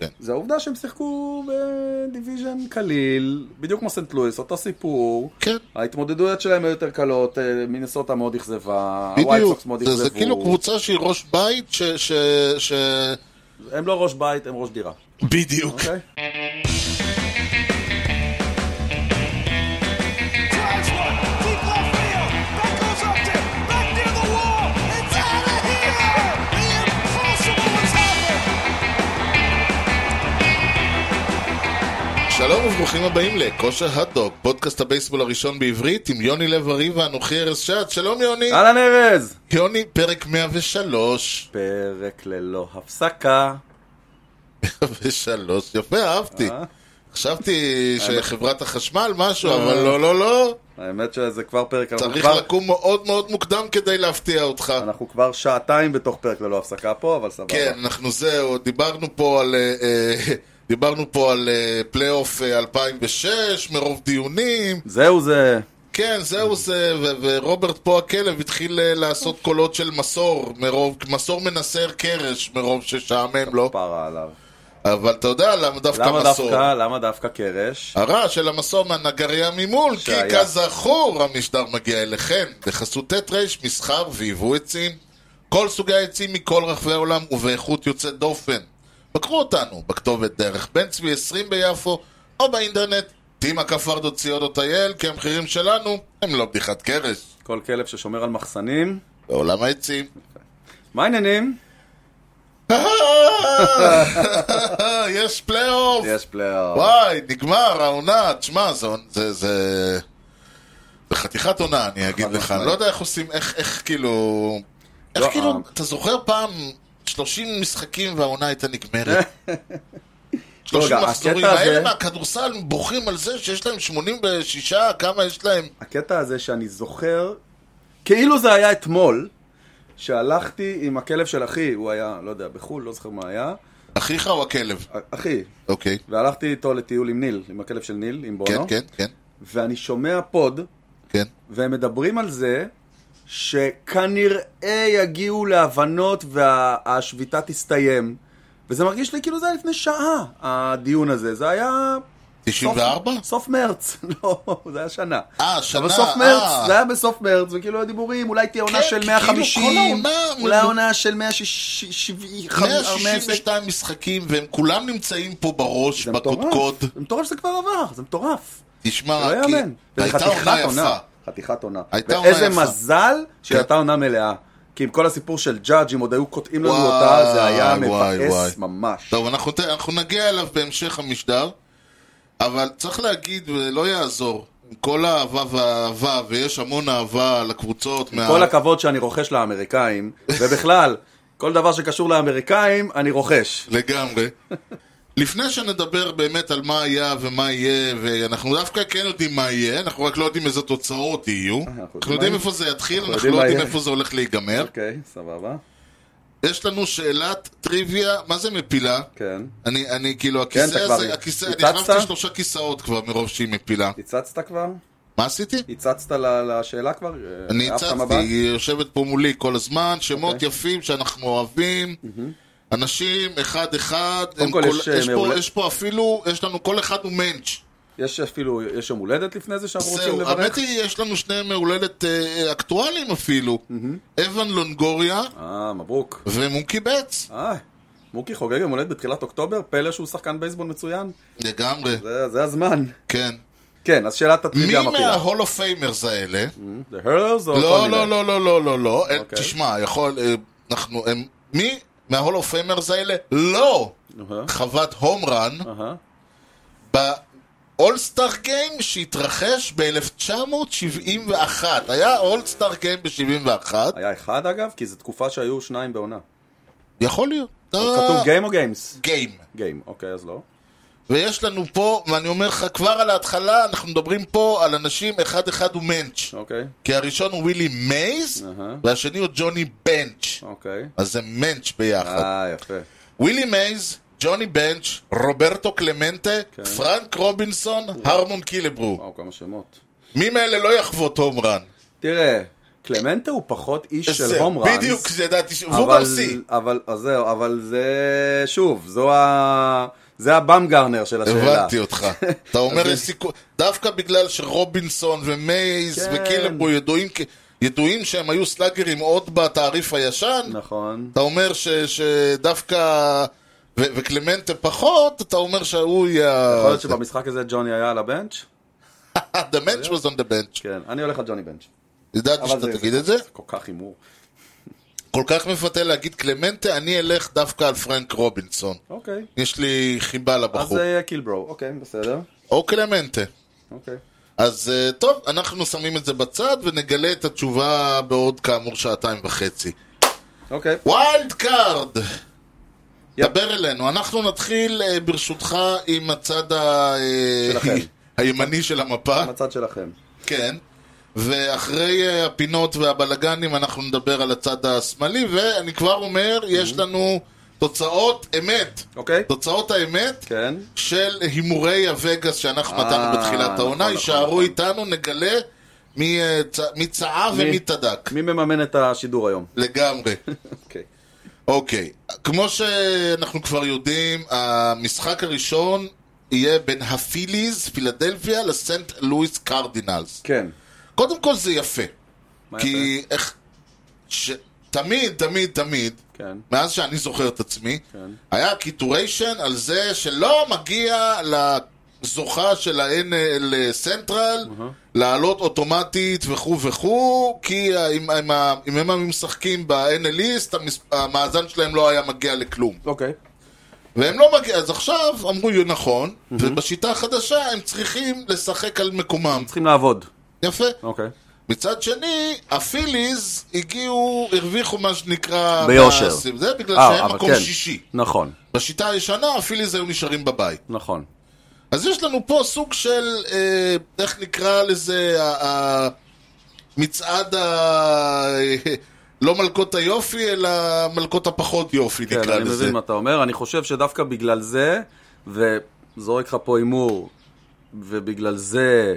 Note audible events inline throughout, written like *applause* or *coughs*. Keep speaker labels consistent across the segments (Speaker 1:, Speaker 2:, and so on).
Speaker 1: כן.
Speaker 2: זה העובדה שהם שיחקו בדיוויז'ן קליל, בדיוק כמו סנט לואיס, אותו סיפור.
Speaker 1: כן.
Speaker 2: ההתמודדויות שלהם היו יותר קלות, אה, מינסוטה מאוד אכזבה, הווייט
Speaker 1: בדיוק,
Speaker 2: סוקס מאוד
Speaker 1: זה,
Speaker 2: אכזבו.
Speaker 1: זה כאילו קבוצה שהיא ראש בית ש... ש, ש...
Speaker 2: הם לא ראש בית, הם ראש דירה,
Speaker 1: בדיוק.
Speaker 2: אוקיי? *laughs*
Speaker 3: Drives one, deep left field. That goes up to, back near the wall. It's out of here. The impossible has happened.
Speaker 1: שלום וברוכים הבאים לכושר הדוק, פודקאסט הבייסבול הראשון בעברית עם יוני לב ארי ואנוכי ארז שעד. שלום יוני.
Speaker 2: אהלן ארז!
Speaker 1: יוני, פרק 103.
Speaker 2: פרק ללא הפסקה.
Speaker 1: 103, יפה, אהבתי.
Speaker 2: אה?
Speaker 1: חשבתי שחברת החשמל משהו, אבל לא, לא, לא.
Speaker 2: האמת שזה כבר פרק, אנחנו
Speaker 1: צריך
Speaker 2: כבר-
Speaker 1: לקום מאוד מאוד מוקדם כדי להפתיע אותך.
Speaker 2: אנחנו כבר שעתיים בתוך פרק ללא הפסקה פה, אבל סבבה.
Speaker 1: כן, אנחנו זהו, דיברנו פה על... אה, אה, דיברנו פה על אה, פלייאוף אה, 2006, מרוב דיונים,
Speaker 2: זהו זה.
Speaker 1: כן,
Speaker 2: Mm.
Speaker 1: זהו זה, ו- ורוברט פה הכלב התחיל אה, לעשות קולות של מסור, מרוב, מסור מנסר קרש, מרוב ששעמם לו,
Speaker 2: פרה עליו.
Speaker 1: אבל אתה יודע למה דווקא
Speaker 2: למה
Speaker 1: מסור?
Speaker 2: דווקא, למה דווקא קרש?
Speaker 1: הרעש של המסור מהנגריה ממול, כי
Speaker 2: שהיה.
Speaker 1: כזכור המשדר מגיע אליכם, בחסות ט' ר' מסחר ויבוא עצים, כל סוגי העצים מכל רחבי העולם ובאיכות יוצאת דופן. בקרו אותנו בכתובת דרך בן צבי 20 ביפו, או באינטרנט, טימה כפרדו ציודו טייל, כי המחירים שלנו הם לא בדיחת קרש,
Speaker 2: כל כלב ששומר על מחסנים.
Speaker 1: בעולם העצים. *laughs*
Speaker 2: מה העניינים?
Speaker 1: יש פלייאוף!
Speaker 2: יש פלייאוף.
Speaker 1: וואי, נגמר העונה, תשמע, זה, זה, זה, זה חתיכת עונה, אני אגיד לך. אני לא יודע איך עושים, איך, איך כאילו... איך
Speaker 2: לא,
Speaker 1: כאילו,
Speaker 2: אה.
Speaker 1: אתה זוכר פעם 30 משחקים והעונה הייתה
Speaker 2: *laughs*
Speaker 1: נגמרת? 30
Speaker 2: רגע,
Speaker 1: מחזורים.
Speaker 2: הקטע
Speaker 1: האלה
Speaker 2: הזה-
Speaker 1: מהכדורסל בוכים על זה שיש להם 86, כמה יש להם?
Speaker 2: הקטע הזה שאני זוכר, כאילו זה היה אתמול, שהלכתי עם הכלב של אחי, הוא היה, לא יודע, בחו"ל, לא זוכר מה היה,
Speaker 1: אחיך או הכלב?
Speaker 2: אחי,
Speaker 1: אוקיי.
Speaker 2: והלכתי איתו לטיול עם ניל, עם הכלב של ניל, עם בונו,
Speaker 1: כן, כן, כן,
Speaker 2: ואני שומע פוד,
Speaker 1: כן.
Speaker 2: והם מדברים על זה שכנראה יגיעו להבנות והשביתה תסתיים. וזה מרגיש לי כאילו זה היה לפני שעה, הדיון הזה. זה היה... סוף-
Speaker 1: 94?
Speaker 2: סוף מרץ. *laughs* לא, זה היה שנה.
Speaker 1: אה, שנה,
Speaker 2: אבל סוף
Speaker 1: אה.
Speaker 2: מרץ, זה היה בסוף מרץ, וכאילו היו דיבורים, אולי תהיה עונה
Speaker 1: כן,
Speaker 2: של
Speaker 1: כי
Speaker 2: 150,
Speaker 1: כאילו כל העונה-
Speaker 2: אולי עונה של 160, 160,
Speaker 1: 162 משחקים, והם כולם נמצאים פה בראש,
Speaker 2: זה מטורף,
Speaker 1: בקודקוד.
Speaker 2: זה מטורף שזה כבר עבר, זה מטורף.
Speaker 1: תשמע,
Speaker 2: לא
Speaker 1: אה, כי-
Speaker 2: יאמן. וזה
Speaker 1: הייתה
Speaker 2: חתיכת
Speaker 1: עונה
Speaker 2: עונה.
Speaker 1: יפה.
Speaker 2: חתיכת עונה.
Speaker 1: הייתה עונה
Speaker 2: ואיזה
Speaker 1: יפה.
Speaker 2: מזל שהיא
Speaker 1: כן.
Speaker 2: הייתה עונה מלאה. כי עם כל הסיפור של ג'אדג' אם עוד היו קוטעים לנו
Speaker 1: וואי,
Speaker 2: אותה, זה היה
Speaker 1: וואי, וואי.
Speaker 2: מבאס ממש.
Speaker 1: טוב, אנחנו, אנחנו נגיע אליו בהמשך המשדר, אבל צריך להגיד, ולא יעזור, עם כל האהבה והאהבה, ויש המון אהבה לקבוצות, מה...
Speaker 2: כל הכבוד שאני רוכש לאמריקאים, ובכלל, כל דבר שקשור לאמריקאים, אני רוכש.
Speaker 1: לגמרי. לפני שנדבר באמת על מה היה ומה יהיה, ואנחנו דווקא כן יודעים מה יהיה, אנחנו רק לא יודעים איזה תוצאות יהיו.
Speaker 2: יודעים
Speaker 1: אנחנו
Speaker 2: מה
Speaker 1: יודעים
Speaker 2: יהיה.
Speaker 1: איפה זה יתחיל, אנחנו
Speaker 2: יודעים
Speaker 1: לא
Speaker 2: מה
Speaker 1: יודעים
Speaker 2: יהיה.
Speaker 1: איפה זה הולך להיגמר.
Speaker 2: אוקיי, סבבה.
Speaker 1: יש לנו שאלת טריוויה, מה זה מפילה?
Speaker 2: כן.
Speaker 1: אני, אני כאילו,
Speaker 2: כן,
Speaker 1: הכיסא
Speaker 2: אתה כבר
Speaker 1: הזה, הכיסא, אני
Speaker 2: הצצת?
Speaker 1: החלפתי שלושה כיסאות כבר מרוב שהיא מפילה.
Speaker 2: הצצת כבר?
Speaker 1: מה עשיתי?
Speaker 2: אה, הצצת ל- לשאלה כבר? אה,
Speaker 1: אני
Speaker 2: העפת
Speaker 1: הצצתי,
Speaker 2: מבט?
Speaker 1: היא יושבת פה מולי כל הזמן, שמות
Speaker 2: אוקיי.
Speaker 1: יפים שאנחנו אוהבים, אנשים אחד-אחד,
Speaker 2: קודם
Speaker 1: הם
Speaker 2: כל,
Speaker 1: כל-
Speaker 2: יש, אה,
Speaker 1: יש פה-
Speaker 2: מעולה.
Speaker 1: יש פה אפילו, יש לנו כל אחד הוא מענץ'.
Speaker 2: יש אפילו, יש יום הולדת לפני זה שאנחנו רוצים
Speaker 1: זהו,
Speaker 2: לברך?
Speaker 1: האמת היא, יש לנו שני מהולדת אה, אקטואליים אפילו, אבן לונגוריה
Speaker 2: אה, מברוק.
Speaker 1: ומונקי בץ,
Speaker 2: אה, מוקי חוגג יום הולדת בתחילת אוקטובר, פלא שהוא שחקן בייסבול מצוין.
Speaker 1: לגמרי,
Speaker 2: זה, זה הזמן.
Speaker 1: כן.
Speaker 2: כן, אז שאלת
Speaker 1: מי
Speaker 2: הטריוויה המפעילה. Hmm?
Speaker 1: מההול אוף פיימרס האלה?
Speaker 2: The Hurls או כל
Speaker 1: לא,
Speaker 2: מיני?
Speaker 1: לא, לא, לא, לא, לא, לא, אין-
Speaker 2: אוקיי.
Speaker 1: תשמע, יכול, אה, אנחנו, הם- מי מההול אוף פיימרס האלה? לא!
Speaker 2: אהה, אה.
Speaker 1: חוות הום רן.
Speaker 2: אהה.
Speaker 1: באולסטאר גיים שהתרחש ב-1971. היה אולסטאר גיים ב-71?
Speaker 2: היה אחד אגב, כי זו תקופה שהיו שניים בעונה.
Speaker 1: אה. יכול להיות. אה,
Speaker 2: כתוב גיים או גיימס?
Speaker 1: גיים.
Speaker 2: גיים, אוקיי, אז לא.
Speaker 1: ויש לנו פה, ואני אומר לך כבר על ההתחלה, אנחנו מדברים פה על אנשים, אחד אחד הוא מענץ'.
Speaker 2: אוקיי,
Speaker 1: כי הראשון הוא ווילי מייז,
Speaker 2: אהה.
Speaker 1: והשני הוא ג'וני בנץ'.
Speaker 2: אוקיי.
Speaker 1: אז זה מענץ' ביחד.
Speaker 2: אה, יפה.
Speaker 1: ווילי מייז, ג'וני בנץ', רוברטו קלמנטה,
Speaker 2: כן.
Speaker 1: פרנק רובינסון, הרמון קילברו.
Speaker 2: וואו, כמה שמות.
Speaker 1: מי מאלה לא יחוות הום רן?
Speaker 2: תראה, קלמנטה הוא פחות איש של
Speaker 1: זהו,
Speaker 2: הום ראנס.
Speaker 1: בדיוק, זה ידעתי ש... והוא
Speaker 2: אבל,
Speaker 1: גם שיא.
Speaker 2: אבל, אז זהו, אבל זה, שוב, זו ה... זה הבמגרנר של השאלה. *laughs*
Speaker 1: הבנתי אותך. אתה אומר
Speaker 2: אוקיי.
Speaker 1: יש סיכוי, דווקא בגלל שרובינסון ומייז
Speaker 2: כן.
Speaker 1: וקילבו ידועים כ- ידועים שהם היו סלאגרים עוד בתעריף הישן,
Speaker 2: נכון.
Speaker 1: אתה אומר ש- שדווקא... ו- וקלמנטה פחות, אתה אומר שהוא יהיה...
Speaker 2: יכול להיות שבמשחק הזה ג'וני היה על הבנץ'?
Speaker 1: *laughs* The bench was on the bench.
Speaker 2: כן, אני הולך על ג'וני בנץ'.
Speaker 1: ידעתי
Speaker 2: אבל
Speaker 1: שאתה
Speaker 2: זה-
Speaker 1: תגיד את זה.
Speaker 2: כל כך הימור.
Speaker 1: כל כך מפתה להגיד קלמנטה, אני אלך דווקא על פרנק רובינסון.
Speaker 2: אוקיי.
Speaker 1: יש לי חיבה
Speaker 2: אז
Speaker 1: לבחור.
Speaker 2: זה יהיה קילברו. אוקיי, בסדר.
Speaker 1: או קלמנטה.
Speaker 2: אוקיי.
Speaker 1: אז אה, טוב, אנחנו שמים את זה בצד ונגלה את התשובה בעוד כאמור שעתיים וחצי.
Speaker 2: אוקיי.
Speaker 1: ויילד קארד! דבר אלינו. אנחנו נתחיל אה, ברשותך עם הצד ה... אה,
Speaker 2: שלכם.
Speaker 1: *laughs* הימני של המפה.
Speaker 2: מצד שלכם.
Speaker 1: כן. ואחרי אה, הפינות והבלגנים אנחנו נדבר על הצד השמאלי, ואני כבר אומר,
Speaker 2: Mm-hmm.
Speaker 1: יש לנו תוצאות אמת.
Speaker 2: אוקיי?
Speaker 1: תוצאות האמת
Speaker 2: כן.
Speaker 1: של הימורי הווגאס שאנחנו
Speaker 2: אה,
Speaker 1: נתנו בתחילת
Speaker 2: נכון,
Speaker 1: העונה,
Speaker 2: נכון,
Speaker 1: יישארו
Speaker 2: נכון.
Speaker 1: איתנו, נגלה מי, אה, צ- מי צעה
Speaker 2: מי-
Speaker 1: ומי צדק.
Speaker 2: מי מממן את השידור היום? *laughs*
Speaker 1: לגמרי.
Speaker 2: אוקיי.
Speaker 1: אוקיי, כמו שאנחנו כבר יודעים, המשחק הראשון יהיה בין הפיליז, פילדלפיה, לסנט לואיס קרדינלס.
Speaker 2: כן.
Speaker 1: קודם כל זה יפה.
Speaker 2: מה יפה?
Speaker 1: כי איך... ש... תמיד, תמיד, תמיד,
Speaker 2: כן.
Speaker 1: מאז שאני זוכר את עצמי,
Speaker 2: כן.
Speaker 1: היה קיטוריישן על זה שלא מגיע לזוכה של ה-NL סנטרל לעלות אוטומטית וכו' וכו', כי אה, אם, אם, ה- אם הם היו משחקים ב-NL איסט, המס- המאזן שלהם לא היה מגיע לכלום.
Speaker 2: אוקיי.
Speaker 1: והם לא מגיעים, אז עכשיו אמרו, נכון, ובשיטה החדשה הם צריכים לשחק על מקומם.
Speaker 2: צריכים לעבוד.
Speaker 1: יפה.
Speaker 2: אוקיי.
Speaker 1: מצד שני, הפיליז הגיעו, הרוויחו מה שנקרא...
Speaker 2: ביושר.
Speaker 1: מה- זה בגלל
Speaker 2: אה,
Speaker 1: שהם
Speaker 2: אבל
Speaker 1: מקום
Speaker 2: כן.
Speaker 1: שישי.
Speaker 2: נכון.
Speaker 1: בשיטה הישנה, הפיליז היו נשארים בבית.
Speaker 2: נכון.
Speaker 1: אז יש לנו פה סוג של, אה, איך נקרא לזה, ה- ה- מצעד ה... *laughs* לא מלכות היופי, אלא מלכות הפחות יופי,
Speaker 2: כן,
Speaker 1: נקרא
Speaker 2: אני
Speaker 1: לזה.
Speaker 2: מבין מה אתה אומר. אני חושב שדווקא בגלל זה, וזורק לך פה הימור, ובגלל זה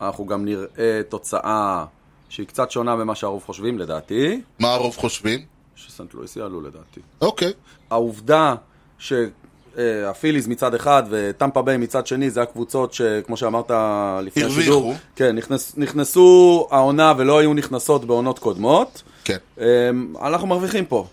Speaker 2: אנחנו גם נראה תוצאה שהיא קצת שונה ממה שהרוב חושבים, לדעתי,
Speaker 1: מה הרוב חושבים?
Speaker 2: שסנט לואיס יעלו לדעתי.
Speaker 1: אוקיי.
Speaker 2: העובדה שהפיליז מצד אחד וטמפה ביי מצד שני, זה הקבוצות שכמו שאמרת לפני
Speaker 1: הרוויחו.
Speaker 2: השידור, כן, נכנס, נכנסו העונה ולא היו נכנסות בעונות קודמות.
Speaker 1: כן.
Speaker 2: אמ, אנחנו מרוויחים פה.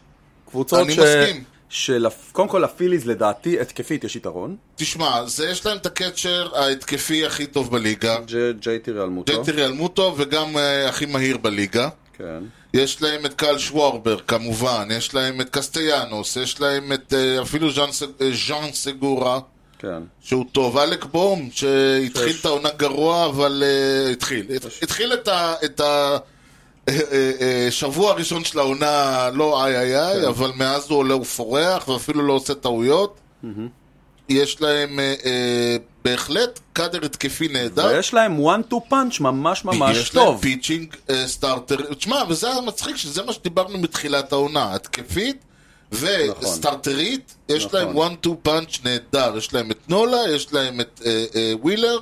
Speaker 2: קבוצות
Speaker 1: אני
Speaker 2: ש...
Speaker 1: מסכים.
Speaker 2: של... קודם כל לפיליז לדעתי התקפית יש יתרון.
Speaker 1: תשמע, זה יש להם את הקצ'ר ההתקפי הכי טוב בליגה.
Speaker 2: ג'יי ג'יי טירי אלמוטו.
Speaker 1: ג'טי ריאלמוטו וגם אה, הכי מהיר בליגה.
Speaker 2: כן.
Speaker 1: יש להם את קל שוורבר כמובן, יש להם את קסטיאנוס, יש להם את אה, אפילו ז'אן, ס- אה, ז'אן סגורה
Speaker 2: כן.
Speaker 1: שהוא טוב, אלק בום שהתחיל
Speaker 2: שש.
Speaker 1: את העונה גרוע אבל uh, התחיל, הת, התחיל את ה... את ה אה, אה, אה, שבוע הראשון של העונה לא איי איי איי, אבל מאז הוא עולה ופורח ואפילו לא עושה טעויות. יש להם אה, אה, בהחלט קאדר התקפי נהדר.
Speaker 2: ויש להם one two punch ממש ממש
Speaker 1: יש להם
Speaker 2: טוב.
Speaker 1: פיצ'ינג אה, סטארטר, תשמע, וזה היה מצחיק, שזה מה שדיברנו בתחילת העונה, התקפית וסטארטרית, יש
Speaker 2: נכון.
Speaker 1: להם one two punch נהדר, יש להם את נולה, יש להם את אה, אה, ווילר,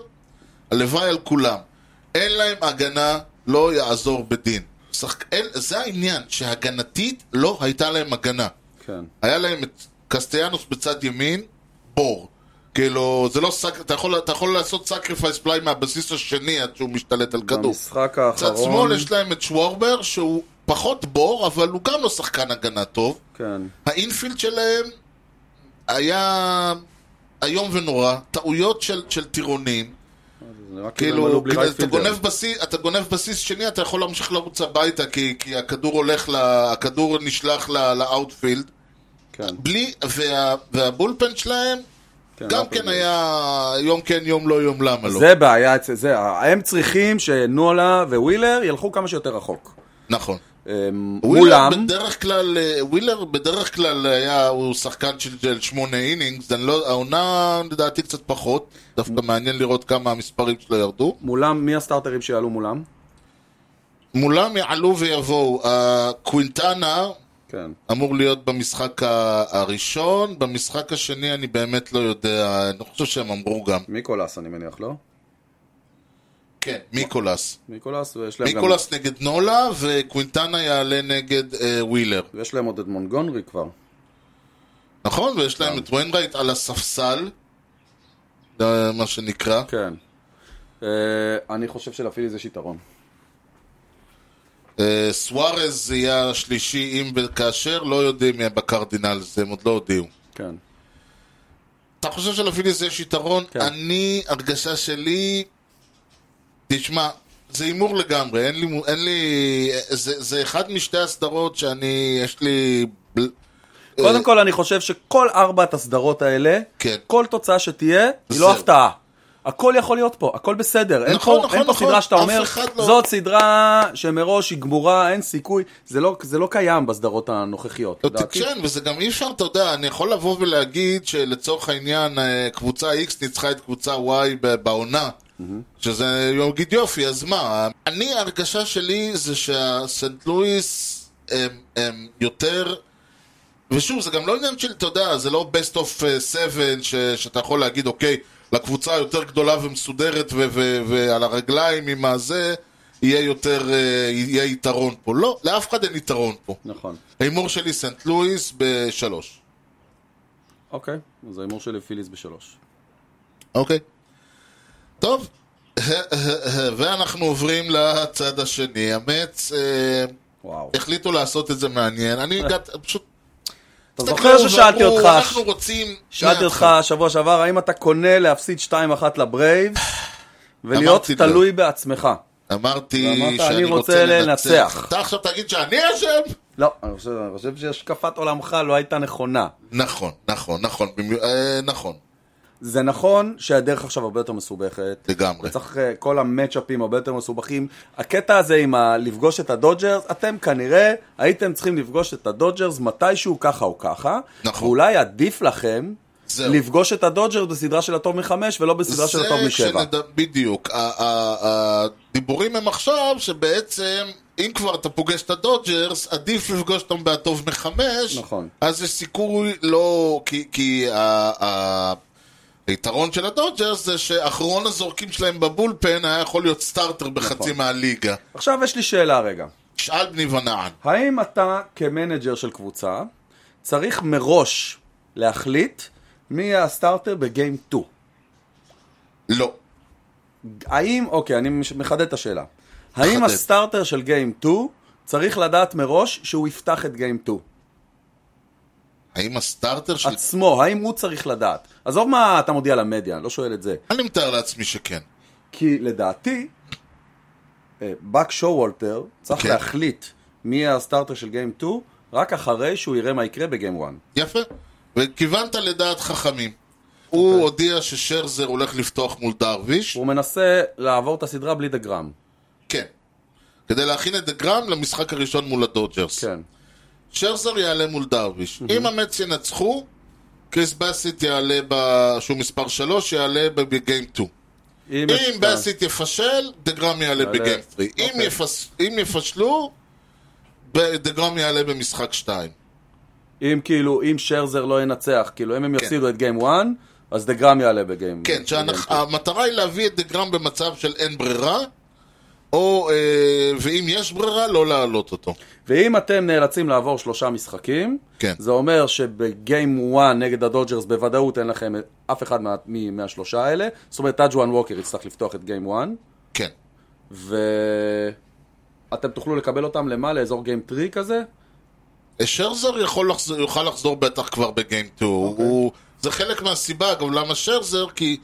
Speaker 1: הלוואי על כולם. אין להם הגנה, לא יעזור בדין. שחק... אין... זה העניין, שהגנתית לא הייתה להם הגנה.
Speaker 2: כן.
Speaker 1: היה להם את קסטיאנוס בצד ימין, בור. כאילו, זה לא סק... אתה יכול, אתה יכול לעשות סקריפייס פליי מהבסיס השני עד שהוא משתלט על כדור.
Speaker 2: במשחק
Speaker 1: מצד
Speaker 2: האחרון.
Speaker 1: שמאל יש להם את שוורבר, שהוא פחות בור, אבל הוא גם לא שחקן הגנה טוב.
Speaker 2: כן.
Speaker 1: האינפילד שלהם היה איום ונורא, טעויות של, של טירונים.
Speaker 2: זה נראה כאילו כן, הם עלו
Speaker 1: כאילו,
Speaker 2: בלי
Speaker 1: כאילו
Speaker 2: רייט
Speaker 1: אתה,
Speaker 2: פילדר.
Speaker 1: גונב בסיס, אתה גונב בסיס שני, אתה יכול להמשיך לרוץ הביתה, כי, כי הכדור הולך, ל, הכדור נשלח ל- לאאוטפילד.
Speaker 2: כן.
Speaker 1: בלי, וה, והבולפן שלהם גם
Speaker 2: לא
Speaker 1: כן
Speaker 2: טוב.
Speaker 1: היה יום כן, יום לא, יום למה לא.
Speaker 2: זה בעיה אצל זה. הם צריכים שנולה ווילר ילכו כמה שיותר רחוק.
Speaker 1: נכון.
Speaker 2: אמ,
Speaker 1: ווילר
Speaker 2: אולם,
Speaker 1: בדרך כלל, אה, ווילר בדרך כלל היה, הוא שחקן של, של שמונה אינינגס, אני לא, העונה לדעתי קצת פחות, דווקא מעניין לראות כמה המספרים שלו ירדו.
Speaker 2: מולם, מי הסטארטרים שיעלו מולם?
Speaker 1: מולם יעלו ויבואו, אה, קווינטנה
Speaker 2: כן.
Speaker 1: אמור להיות במשחק ה- הראשון, במשחק השני אני באמת לא יודע, אני חושב שהם אמרו גם.
Speaker 2: מיקולס אני מניח, לא?
Speaker 1: כן, מיקולס.
Speaker 2: מיקולס, ויש להם כן, גם...
Speaker 1: מיקולס נגד נולה, וקווינטנה יעלה נגד אה, ווילר.
Speaker 2: ויש להם עוד את מונגונרי כבר.
Speaker 1: נכון? ויש להם את ויינרייט על הספסל, זה מה שנקרא.
Speaker 2: כן. אה, אני חושב שלפיליז יש יתרון.
Speaker 1: אה, סוארז יהיה השלישי אם וכאשר, לא יודעים מי בקרדינלס, הם עוד לא הודיעו.
Speaker 2: כן.
Speaker 1: אתה חושב שלפיליס יש יתרון?
Speaker 2: כן.
Speaker 1: אני, הרגשה שלי... תשמע, זה הימור לגמרי, אין לי... אין לי אה, זה, זה אחד משתי הסדרות שאני, יש לי... בל-
Speaker 2: קודם כל, אני חושב שכל ארבעת הסדרות האלה,
Speaker 1: כן.
Speaker 2: כל תוצאה שתהיה, היא
Speaker 1: זהו.
Speaker 2: לא הפתעה. הכל יכול להיות פה, הכל בסדר. אין
Speaker 1: נכון,
Speaker 2: פה-
Speaker 1: נכון,
Speaker 2: אין פה
Speaker 1: נכון.
Speaker 2: סדרה שאתה
Speaker 1: אף
Speaker 2: אומר,
Speaker 1: אחד לא-
Speaker 2: זאת סדרה שמראש היא גמורה, אין סיכוי. זה לא- זה לא קיים בסדרות הנוכחיות.
Speaker 1: לא,
Speaker 2: לדעתי.
Speaker 1: כן, וזה גם אי אפשר, אתה יודע, אני יכול לבוא ולהגיד שלצורך העניין אה, קבוצה X ניצחה את קבוצה Y ב- בעונה, שזה יגיד יופי, אז מה? אני, ההרגשה שלי זה שהסנט לואיס הם, הם יותר... ושוב, זה גם לא עניין של, אתה יודע, זה לא best of 7 ש, שאתה יכול להגיד, אוקיי, לקבוצה היותר גדולה ומסודרת ו, ו, ועל הרגליים עם הזה, יהיה יותר, אה, יהיה יתרון פה. לא, לאף אחד אין יתרון פה.
Speaker 2: נכון.
Speaker 1: ההימור שלי סנט לואיס בשלוש.
Speaker 2: אוקיי, אז ההימור שלי פיליס בשלוש.
Speaker 1: אוקיי. טוב, *laughs* ואנחנו עוברים לצד השני. המץ אה,
Speaker 2: וואו.
Speaker 1: החליטו לעשות את זה מעניין. אני הגעתי, פשוט...
Speaker 2: אתה אה. זוכר ששאלתי אותך,
Speaker 1: אנחנו רוצים...
Speaker 2: שאלתי אותך שבוע שעבר, האם אתה קונה להפסיד 2-1 לברייבס ולהיות
Speaker 1: אמרתי לא.
Speaker 2: תלוי בעצמך?
Speaker 1: אמרתי
Speaker 2: ואמרת,
Speaker 1: שאני
Speaker 2: "אני רוצה
Speaker 1: רוצה לנצח.
Speaker 2: לנצח.
Speaker 1: אתה עכשיו תגיד שאני אשם?
Speaker 2: לא, אני חושב- אני חושב שהשקפת עולמך לא הייתה נכונה.
Speaker 1: נכון, נכון, נכון, במי- אה, נכון,
Speaker 2: זה נכון שהדרך עכשיו הרבה יותר מסובכת.
Speaker 1: לגמרי.
Speaker 2: צריך אה, כל המצ'אפים הרבה יותר מסובכים. הקטע הזה עם ה- לפגוש את הדודג'רס, אתם כנראה הייתם צריכים לפגוש את הדודג'רס מתישהו ככה או ככה.
Speaker 1: נכון.
Speaker 2: ואולי עדיף לכם
Speaker 1: זהו.
Speaker 2: לפגוש את הדודג'רס בסדרה של הטוב מחמש ולא בסדרה לא של הטוב משבע.
Speaker 1: כשנד... בדיוק. ה- ה- ה- הדיבורים הם עכשיו שבעצם, אם כבר אתה פוגש את הדודג'רס, עדיף לפגוש אותם בהטוב מחמש.
Speaker 2: נכון.
Speaker 1: אז יש סיכוי לא... כי, כי ה... ה... היתרון של הדודג'רס זה שאחרון הזורקים שלהם בבולפן היה יכול להיות סטארטר בחצי
Speaker 2: נכון.
Speaker 1: מהליגה.
Speaker 2: עכשיו יש לי שאלה רגע.
Speaker 1: שאל בני ונען.
Speaker 2: האם אתה כמנג'ר של קבוצה צריך מראש להחליט מי יהיה הסטארטר בגיים 2?
Speaker 1: לא.
Speaker 2: האם, אוקיי, אני מש- מחדד את השאלה. האם
Speaker 1: מחדד.
Speaker 2: הסטארטר של גיים 2 צריך לדעת מראש שהוא יפתח את גיים 2?
Speaker 1: האם הסטארטר של...
Speaker 2: עצמו, האם הוא צריך לדעת? עזוב מה אתה מודיע למדיה, אני לא שואל את זה.
Speaker 1: אני מתאר לעצמי שכן.
Speaker 2: כי לדעתי, אה, באק שואוולטר צריך
Speaker 1: כן.
Speaker 2: להחליט מי יהיה הסטארטר של גיים 2 רק אחרי שהוא יראה מה יקרה בגיים 1.
Speaker 1: יפה. וכיוונת לדעת חכמים. הוא הודיע ששרזר הולך לפתוח מול דרוויש.
Speaker 2: הוא מנסה לעבור את הסדרה בלי דגרם.
Speaker 1: כן. כדי להכין את דגרם למשחק הראשון מול הדודג'רס.
Speaker 2: כן.
Speaker 1: שרזר יעלה מול דרוויש. אם המץ ינצחו, קריס באסיט יעלה, ב... שהוא מספר 3, יעלה בגיים 2. אם באסיט יפשל, דגרם יעלה בגיים 3. אם,
Speaker 2: אוקיי.
Speaker 1: יפס... אם יפשלו, ב- דגרם יעלה במשחק 2.
Speaker 2: אם כאילו, אם שרזר לא ינצח, כאילו, אם הם יפסידו את גיים 1, אז דגרם יעלה בגיים.
Speaker 1: כן,
Speaker 2: בגיים two.
Speaker 1: שהמטרה היא להביא את דגרם במצב של אין ברירה, או, אה, ואם יש ברירה, לא להעלות אותו.
Speaker 2: ואם אתם נאלצים לעבור שלושה משחקים,
Speaker 1: כן.
Speaker 2: זה אומר שבגיים 1 נגד הדודג'רס בוודאות אין לכם אף אחד מה, מ- מהשלושה האלה. זאת אומרת, טאג'ואן ווקר יצטרך לפתוח את גיים 1,
Speaker 1: כן.
Speaker 2: ואתם תוכלו לקבל אותם למה? לאזור גיים 3 כזה?
Speaker 1: שרזר יכול לחזור, יוכל לחזור בטח כבר בגיים 2. הוא... זה חלק מהסיבה, אגב, למה שרזר? כי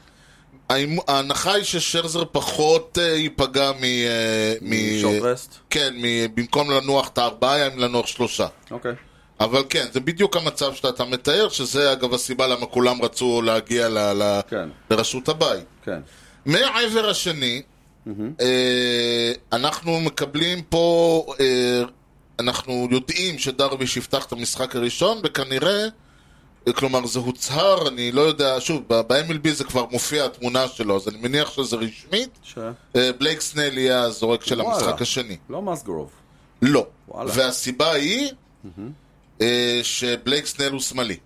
Speaker 1: ההימ- ההנחה היא ששרזר פחות אה, ייפגע מ... אה, מ...
Speaker 2: שורט רסט?
Speaker 1: כן, מ... במקום לנוח את הארבעה ימים, לנוח שלושה.
Speaker 2: אוקיי.
Speaker 1: אבל כן, זה בדיוק המצב שאתה מתאר, שזה אגב הסיבה למה כולם רצו להגיע ל... ל...
Speaker 2: כן.
Speaker 1: לראשות הבית.
Speaker 2: כן.
Speaker 1: מהעבר השני, אה, אנחנו מקבלים פה, אה, אנחנו יודעים שדרביש יפתח את המשחק הראשון, וכנראה, אה, כלומר זה הוצהר, אני לא יודע, שוב, ב- ב-MLB זה כבר מופיע התמונה שלו, אז אני מניח שזה רשמית,
Speaker 2: ש...
Speaker 1: אה, בלייק סנל יהיה הזורק של
Speaker 2: וואלה.
Speaker 1: המשחק השני.
Speaker 2: לא מסגרוב.
Speaker 1: לא.
Speaker 2: וואלה.
Speaker 1: והסיבה היא אה, שבלייק סנל הוא שמאלי.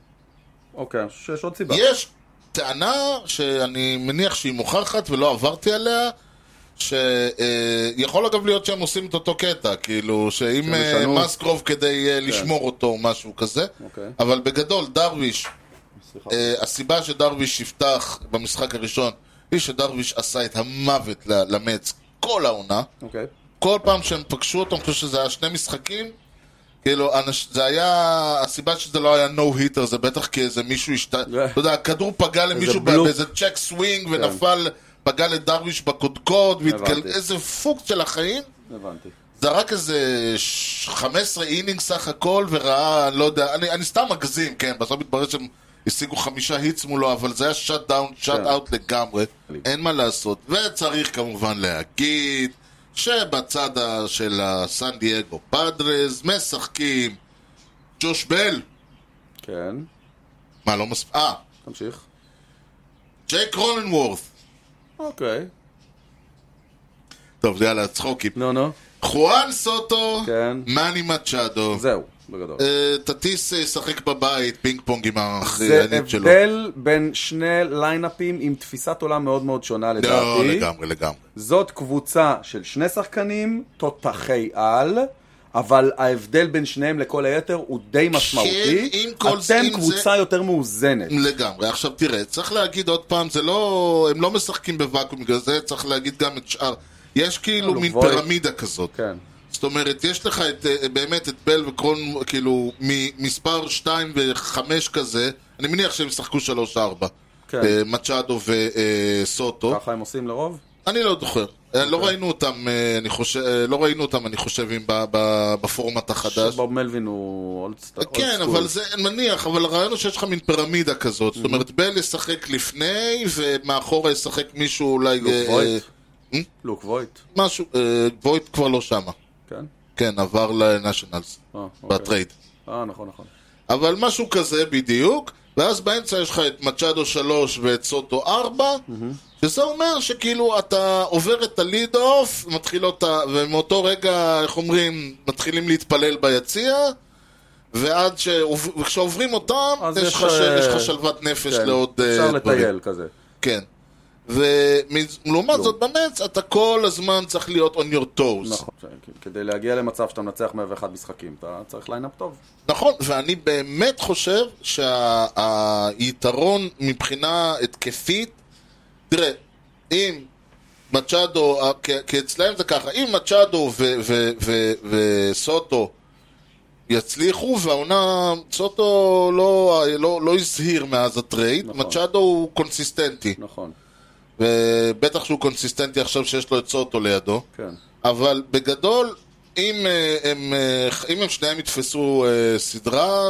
Speaker 2: אוקיי, אני חושב שיש עוד סיבה.
Speaker 1: יש טענה שאני מניח שהיא מוכחת ולא עברתי עליה, שיכול אגב להיות שהם עושים את אותו קטע, כאילו, שאם
Speaker 2: שהם
Speaker 1: אה,
Speaker 2: ישנו. כן.
Speaker 1: מסקרוב כדי אה, לשמור אותו או משהו כזה,
Speaker 2: אוקיי.
Speaker 1: אבל בגדול, דרוויש,
Speaker 2: סליחה.
Speaker 1: אה, הסיבה שדרוויש יפתח במשחק הראשון, היא שדרוויש עשה את המוות ל- למץ כל העונה.
Speaker 2: אוקיי.
Speaker 1: כל פעם שהם פגשו אותו, אני חושב שזה היה שני משחקים, כאילו, אנש, זה היה, הסיבה שזה לא היה נו היטר, זה בטח כי איזה מישהו השת... אתה יודע, הכדור פגע למישהו ב-
Speaker 2: אה. בלוק. כן.
Speaker 1: באיזה צ'ק סווינג ונפל, פגע לדרוויש בקודקוד, והתגל...
Speaker 2: הבנתי.
Speaker 1: איזה פוקס של החיים.
Speaker 2: הבנתי.
Speaker 1: זרק איזה ש- 15 אינינג סך הכל, וראה, אני לא יודע, אני, אני סתם מגזים, כן, בסוף מתברר שהם השיגו חמישה היטס מולו, אבל זה היה שאט דאון, שאט
Speaker 2: כן.
Speaker 1: אאוט לגמרי, אין מה לעשות. וצריך כמובן להגיד שבצד ה- של הסן דייגו פאדרז משחקים ג'וש בל,
Speaker 2: כן,
Speaker 1: מה לא מספיק, אה,
Speaker 2: תמשיך.
Speaker 1: ג'ייק רולנוורת.
Speaker 2: אוקיי.
Speaker 1: טוב, יאללה, צחוקים.
Speaker 2: נו, נו.
Speaker 1: חואן סוטו,
Speaker 2: כן.
Speaker 1: מאני מצ'אדו.
Speaker 2: זהו, בגדול.
Speaker 1: אה, תטיס אה, ישחק בבית פינג פונג עם
Speaker 2: זה
Speaker 1: האחיינית שלו.
Speaker 2: הבדל בין שני ליינאפים עם תפיסת עולם מאוד מאוד שונה
Speaker 1: לא,
Speaker 2: לדעתי.
Speaker 1: לגמרי, לגמרי.
Speaker 2: זאת קבוצה של שני שחקנים, תותחי על, אבל ההבדל בין שניהם לכל היתר הוא די משמעותי.
Speaker 1: כן, עם כל זה, עם
Speaker 2: אתם קבוצה יותר מאוזנת.
Speaker 1: לגמרי. עכשיו תראה, צריך להגיד עוד פעם, זה לא... הם לא משחקים בוואקום, בגלל זה צריך להגיד גם את שאר... יש כאילו
Speaker 2: לא,
Speaker 1: מין
Speaker 2: גבוהים.
Speaker 1: פירמידה כזאת.
Speaker 2: כן,
Speaker 1: זאת אומרת, יש לך את, אה, באמת את בל וקרון, כאילו, ממספר 2 ו-5 כזה, אני מניח שהם ישחקו 3-4.
Speaker 2: כן.
Speaker 1: אה, מצ'אדו וסוטו.
Speaker 2: ככה הם עושים לרוב?
Speaker 1: אני לא זוכר. אה,
Speaker 2: כן.
Speaker 1: לא ראינו אותם, אה, אני חושב, אה, לא ראינו אותם, אני חושב, אם ב- ב- בפורמט החדש.
Speaker 2: שבוב מלווין הוא אולדסטאר.
Speaker 1: כן, אבל זה אני מניח, אבל הרעיון הוא שיש לך מין פירמידה כזאת. זאת אומרת, בל ישחק לפני, ומאחורה ישחק מישהו אולי...
Speaker 2: לוק
Speaker 1: אה,
Speaker 2: וויט.
Speaker 1: אה?
Speaker 2: לוק וויט,
Speaker 1: אה, משהו, אה, וויט כבר לא שמה.
Speaker 2: כן.
Speaker 1: כן, עבר לנשיונלס,
Speaker 2: אה, אוקיי.
Speaker 1: בטרייד.
Speaker 2: אה, נכון, נכון.
Speaker 1: אבל משהו כזה בדיוק, ואז באמצע יש לך את מצ'אדו 3 ואת סוטו 4, שזה אומר שכאילו אתה עובר את הליד אוף, מתחיל אותה, ומאותו רגע, איך אומרים, מתחילים להתפלל ביציע, ועד שעוב- וכשעוברים אותם,
Speaker 2: אז
Speaker 1: יש
Speaker 2: יש,
Speaker 1: לך ש-
Speaker 2: אה,
Speaker 1: יש לך שלוות נפש
Speaker 2: כן,
Speaker 1: לעוד אה,
Speaker 2: אפשר
Speaker 1: דברים.
Speaker 2: לטייל כזה.
Speaker 1: כן. ולעומת זאת במץ, אתה כל הזמן צריך להיות on your toes.
Speaker 2: נכון. כ- כדי להגיע למצב שאתה מנצח 101 משחקים, אתה צריך ליינאפ טוב.
Speaker 1: נכון, ואני באמת חושב שהיתרון מבחינה התקפית, תראה, אם מצ'אדו, אה, כי- כי אצלהם זה ככה, אם מצ'אדו ו- ו- ו- וסוטו יצליחו, והעונה, סוטו לא, לא, לא הזהיר מאז הטרייד,
Speaker 2: נכון.
Speaker 1: מצ'אדו הוא קונסיסטנטי,
Speaker 2: נכון,
Speaker 1: ובטח שהוא קונסיסטנטי עכשיו שיש לו את סוטו לידו.
Speaker 2: כן.
Speaker 1: אבל בגדול, אם אה, הם, אה, אם הם שניהם יתפסו אה, סדרה,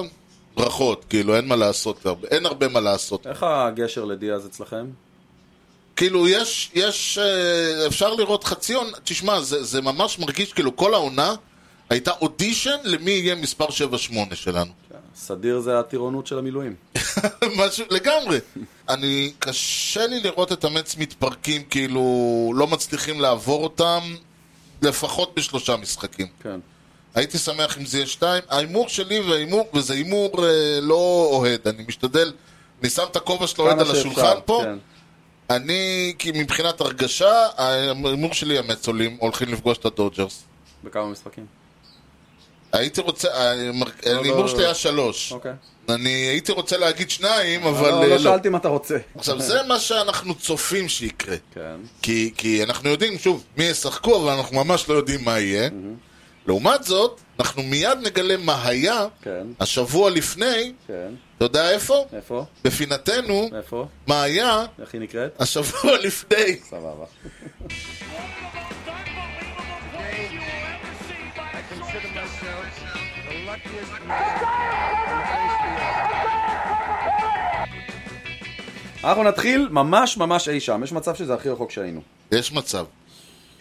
Speaker 1: ברכות, כאילו, אין מה לעשות, הרבה- אין הרבה מה לעשות.
Speaker 2: איך הגשר לדיאז אצלכם?
Speaker 1: כאילו, יש, יש, אה, אפשר לראות חצי עונה, תשמע, זה, זה ממש מרגיש כאילו כל העונה הייתה אודישן למי יהיה מספר 7-8 שלנו. *laughs*
Speaker 2: סדיר זה הטירונות של המילואים.
Speaker 1: משהו, לגמרי. אני, קשה לי לראות את המץ מתפרקים, כאילו, לא מצליחים לעבור אותם, לפחות בשלושה משחקים.
Speaker 2: כן.
Speaker 1: הייתי שמח אם זה יהיה שתיים. ההימור שלי וההימור, וזה הימור אה, לא אוהד, אני משתדל, אני שם את הכובע של האוהד
Speaker 2: כמה
Speaker 1: על
Speaker 2: שאפשר,
Speaker 1: השולחן פה.
Speaker 2: כן.
Speaker 1: אני, כי מבחינת הרגשה, ההימור שלי, המץ עולים, הולכים לפגוש את הדודג'רס.
Speaker 2: בכמה משחקים.
Speaker 1: הייתי רוצה, ההימור-
Speaker 2: לא,
Speaker 1: ההימור
Speaker 2: לא.
Speaker 1: שלי היה שלוש.
Speaker 2: אוקיי.
Speaker 1: אני הייתי רוצה להגיד שניים, אבל
Speaker 2: לא,
Speaker 1: אה,
Speaker 2: לא
Speaker 1: לא.
Speaker 2: שאלתי מה אתה רוצה.
Speaker 1: עכשיו, זה מה שאנחנו צופים שיקרה.
Speaker 2: כן.
Speaker 1: כי, כי אנחנו יודעים, שוב, מי ישחקו, אבל אנחנו ממש לא יודעים מה יהיה. לעומת זאת, אנחנו מיד נגלה מה היה
Speaker 2: כן.
Speaker 1: השבוע לפני,
Speaker 2: כן.
Speaker 1: אתה יודע איפה?
Speaker 2: איפה?
Speaker 1: בפינתנו,
Speaker 2: איפה?
Speaker 1: מה היה
Speaker 2: איך היא נקראת?
Speaker 1: השבוע *laughs* לפני.
Speaker 2: סבבה.
Speaker 4: I consider myself the luckiest man.
Speaker 2: אנחנו נתחיל ממש ממש אי שם. יש מצב שזה הכי רחוק שהיינו.
Speaker 1: יש מצב.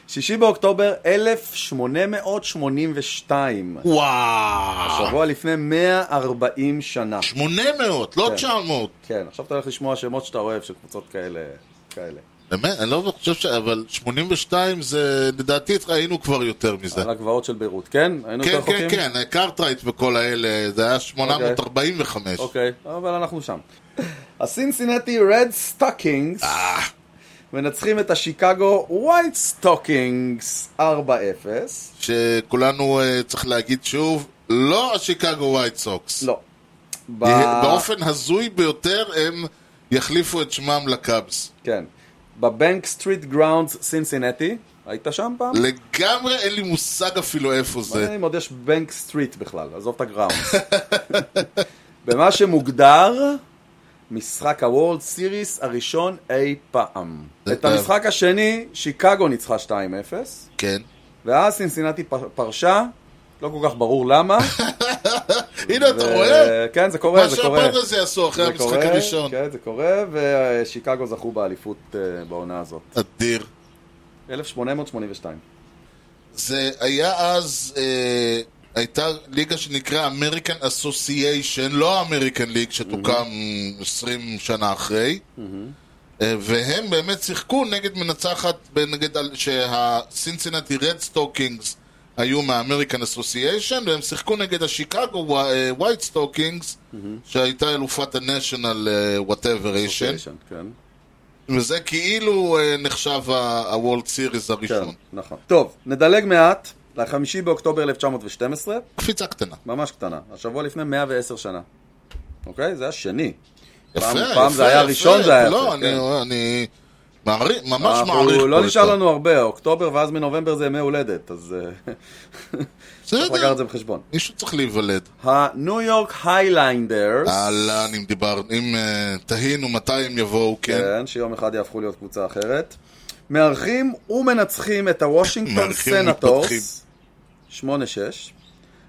Speaker 2: שישי באוקטובר 1882.
Speaker 1: וואו!
Speaker 2: שבוע לפני 140 שנה.
Speaker 1: 800, לא
Speaker 2: כן.
Speaker 1: 900.
Speaker 2: כן, עכשיו אתה הולך לשמוע שמות שאתה אוהב של קבוצות כאלה. כאלה.
Speaker 1: באמת, אני לא חושב ש... אבל 82 זה, לדעתי, היינו כבר יותר מזה.
Speaker 2: על הגבעות של ביירות, כן? היינו
Speaker 1: אה. כן,
Speaker 2: יותר
Speaker 1: כן,
Speaker 2: רחוקים?
Speaker 1: כן, קרטרייט וכל האלה, זה היה 845. אה.
Speaker 2: אוקיי, אבל אנחנו שם. הסינסינטי רד סטוקינגס מנצחים את השיקגו ווייט סטוקינגס 4-0.
Speaker 1: שכולנו אה, צריך להגיד שוב, לא השיקגו ווייט סוקס.
Speaker 2: לא. אה. ב-
Speaker 1: אה, באופן הזוי ביותר הם יחליפו את שמם לקאבס.
Speaker 2: כן. בבנק סטריט גראונדס סינסינטי. היית שם פעם?
Speaker 1: לגמרי אין לי מושג אפילו איפה זה.
Speaker 2: אם עוד יש בנק סטריט בכלל, עזוב את הגראונדס. *laughs* במה שמוגדר משחק הוולד סיריס הראשון אי פעם.
Speaker 1: זה
Speaker 2: את
Speaker 1: טוב.
Speaker 2: המשחק השני, שיקגו ניצחה 2-0, אוקיי.
Speaker 1: כן.
Speaker 2: ואז סינסינטי פ- פרשה, לא כל כך ברור למה.
Speaker 1: הנה, *laughs* אתה
Speaker 2: ו-
Speaker 1: רואה?
Speaker 2: כן, זה קורה,
Speaker 1: מה
Speaker 2: זה קורה.
Speaker 1: שהפרדס יעשו אחרי
Speaker 2: זה
Speaker 1: המשחק
Speaker 2: קורה,
Speaker 1: הראשון.
Speaker 2: כן, זה קורה, ושיקגו זכו באליפות אה, בעונה הזאת.
Speaker 1: אדיר.
Speaker 2: 1882.
Speaker 1: זה היה אז, אה, הייתה ליגה שנקרא American Association, לא האמריקן ליג שתוקם 20 שנה אחרי, אה, והם באמת שיחקו נגד מנצחת, נגד על- שהסינסינטי רד סטוקינגס היו מהאמריקן אסוסיישן, והם שיחקו נגד השיקגו ווייט סטוקינגס, שהייתה אלופת אה, הנשיונל וואטאבר איישן,
Speaker 2: כן.
Speaker 1: וזה כאילו אה, נחשב הוולד סיריס
Speaker 2: כן,
Speaker 1: הראשון.
Speaker 2: נכון. טוב, נדלג מעט לחמישי באוקטובר 1912,
Speaker 1: קפיצה קטנה.
Speaker 2: ממש קטנה, השבוע לפני 110 שנה. אוקיי? זה השני.
Speaker 1: יפה,
Speaker 2: פעם-
Speaker 1: יפה,
Speaker 2: פעם זה היה
Speaker 1: יפה.
Speaker 2: ראשון, זה היה
Speaker 1: לא,
Speaker 2: יפה,
Speaker 1: אני,
Speaker 2: כן.
Speaker 1: אני מעריך, ממש מעריך.
Speaker 2: אנחנו, לא
Speaker 1: פה
Speaker 2: נשאר
Speaker 1: את ה-
Speaker 2: לנו הרבה, אוקטובר ואז מנובמבר זה ימי הולדת, אז אה, צריך לקחת את
Speaker 1: בסדר,
Speaker 2: זה בחשבון.
Speaker 1: מישהו צריך להיוולד.
Speaker 2: הניו יורק היילנדרס,
Speaker 1: אהלן, אם דיברנו, אם אה, תהינו מתי הם יבואו, כן.
Speaker 2: כן, שיום אחד יהפכו להיות קבוצה אחרת, מארחים ומנצחים את הוושינגטון
Speaker 1: מארחים ומתפתחים.
Speaker 2: סנטורס, 8-6,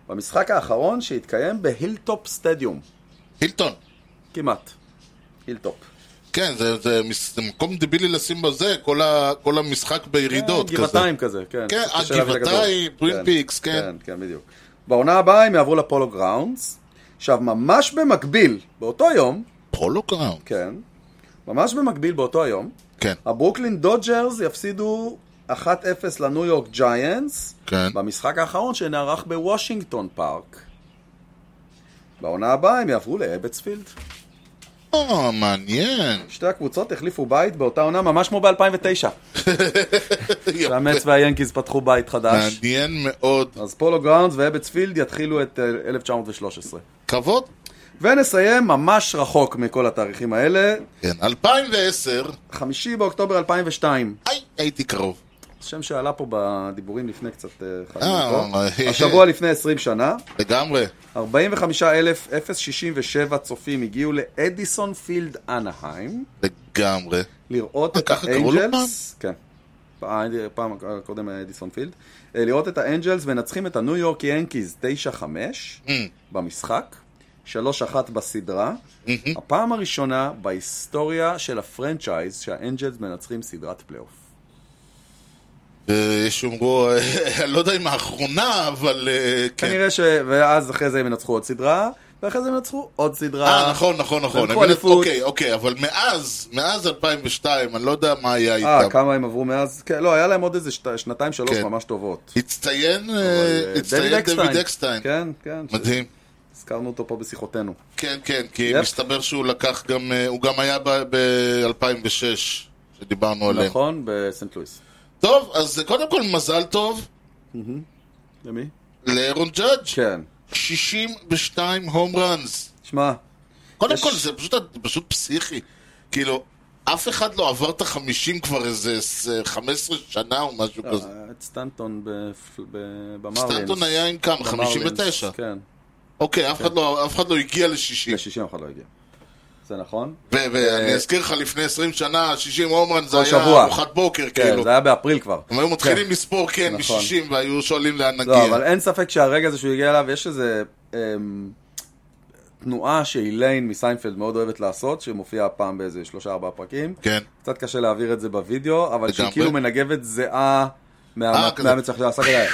Speaker 2: במשחק האחרון שהתקיים בהילטופ סטדיום.
Speaker 1: הילטון.
Speaker 2: כמעט. הילטופ.
Speaker 1: כן, זה, זה, מס- זה מקום דבילי לשים בזה, כל, ה, כל המשחק בירידות כזה.
Speaker 2: גבעתיים כזה, כן.
Speaker 1: כן,
Speaker 2: קשה
Speaker 1: אה,
Speaker 2: להביא את הכדור.
Speaker 1: גבעתיים, טווין
Speaker 2: כן,
Speaker 1: פיקס, כן.
Speaker 2: כן, כן, בדיוק. בעונה הבאה הם יעברו לפולו גראונדס. עכשיו, ממש במקביל, באותו יום,
Speaker 1: פולו גראונד.
Speaker 2: כן, ממש במקביל באותו היום,
Speaker 1: כן,
Speaker 2: הברוקלין דודג'רס יפסידו 1-0 לניו יורק ג'יינטס,
Speaker 1: כן.
Speaker 2: במשחק האחרון שנערך בוושינגטון פארק. בעונה הבאה הם יעברו לאבטספילד.
Speaker 1: או, אה, מעניין.
Speaker 2: שתי הקבוצות החליפו בית באותה עונה ממש כמו ב-2009.
Speaker 1: כן.
Speaker 2: והמץ והיאנקיז פתחו בית חדש.
Speaker 1: מעניין מאוד.
Speaker 2: אז פולו גראונדס והבטספילד יתחילו את אה, 1913.
Speaker 1: כבוד.
Speaker 2: ונסיים ממש רחוק מכל התאריכים האלה,
Speaker 1: כן, 2010,
Speaker 2: 5 באוקטובר 2002.
Speaker 1: איי, הייתי קרוב.
Speaker 2: שם שעלה פה בדיבורים לפני קצת אה, חיים
Speaker 1: אה,
Speaker 2: אותו.
Speaker 1: אה,
Speaker 2: השבוע לפני 20 שנה,
Speaker 1: לגמרי.
Speaker 2: 45,067 צופים הגיעו לאדיסון פילד אנהיים,
Speaker 1: לגמרי.
Speaker 2: לראות את
Speaker 1: אה, ככה קראו לו
Speaker 2: האנג'לס, כן, פעם פעם קודם היה אדיסון פילד, אה, לראות את האנג'לס מנצחים את הניו יורק ינקיז
Speaker 1: Mm-hmm.
Speaker 2: 9-5 במשחק, 3-1 בסדרה,
Speaker 1: Mm-hmm.
Speaker 2: הפעם הראשונה בהיסטוריה של הפרנצ'ייז שהאנג'לס מנצחים סדרת פלייאוף.
Speaker 1: אה, שיאמרו, אה, אני לא יודע אם האחרונה, אבל אה, כן.
Speaker 2: כנראה ש... ואז אחרי זה הם ינצחו עוד סדרה, ואחרי זה הם ינצחו עוד סדרה.
Speaker 1: אה, נכון, נכון, נכון.
Speaker 2: לקחו
Speaker 1: אני מבין-
Speaker 2: אליפות.
Speaker 1: אוקיי, אוקיי, אבל מאז, מאז 2002, אני לא יודע מה היה
Speaker 2: אה,
Speaker 1: איתם.
Speaker 2: כמה הם עברו מאז? כן, לא, היה להם עוד איזה שת- שנתיים, שלוש
Speaker 1: כן.
Speaker 2: ממש טובות.
Speaker 1: הצטיין
Speaker 2: אבל,
Speaker 1: אה,
Speaker 2: אה,
Speaker 1: הצטיין דויד אקסטיין.
Speaker 2: כן, כן.
Speaker 1: מדהים.
Speaker 2: הזכרנו אותו פה בשיחותינו.
Speaker 1: כן, כן, כי
Speaker 2: יפ.
Speaker 1: מסתבר שהוא לקח גם, אה, הוא גם היה ב-2006, שדיברנו עליהם.
Speaker 2: נכון? בסנט לואיס.
Speaker 1: טוב, אז קודם כל מזל טוב
Speaker 2: למי?
Speaker 1: לאירון ג'אדג'.
Speaker 2: כן.
Speaker 1: 62 הום ראנס.
Speaker 2: שמע,
Speaker 1: קודם
Speaker 2: יש-
Speaker 1: כל, זה פשוט, פשוט פסיכי. כאילו, אף אחד לא עבר את החמישים כבר איזה ס- 15 שנה או משהו כזה.
Speaker 2: אה, את סטנטון בפ- ב- במרלינס.
Speaker 1: סטנטון היה עם כמה?
Speaker 2: במרלינס,
Speaker 1: 59.
Speaker 2: אה, כן.
Speaker 1: אוקיי, אף אחד לא- אף אחד לא הגיע ל-60.
Speaker 2: ל-60 אחד לא הגיע. זה נכון?
Speaker 1: ואני אזכיר לך, לפני 20 שנה, 60 הומרן זה היה
Speaker 2: שבוע.
Speaker 1: ארוחת בוקר,
Speaker 2: כן,
Speaker 1: כאילו.
Speaker 2: זה היה באפריל כבר.
Speaker 1: הם היו מתחילים לספור, כן,
Speaker 2: נכון.
Speaker 1: מ-60, והיו שואלים לאן
Speaker 2: לא,
Speaker 1: נגיע.
Speaker 2: אבל אין ספק שהרגע הזה שהוא הגיע אליו, יש איזה אמ, תנועה שאיליין מסיינפלד מאוד אוהבת לעשות, שמופיעה פעם באיזה שלושה ארבעה פרקים.
Speaker 1: כן.
Speaker 2: קצת קשה להעביר את זה בווידאו, אבל שהיא
Speaker 1: לגמרי.
Speaker 2: כאילו מנגבת זיעה
Speaker 1: אה,
Speaker 2: מה-
Speaker 1: כזה.
Speaker 2: מהמצח של השק עליה.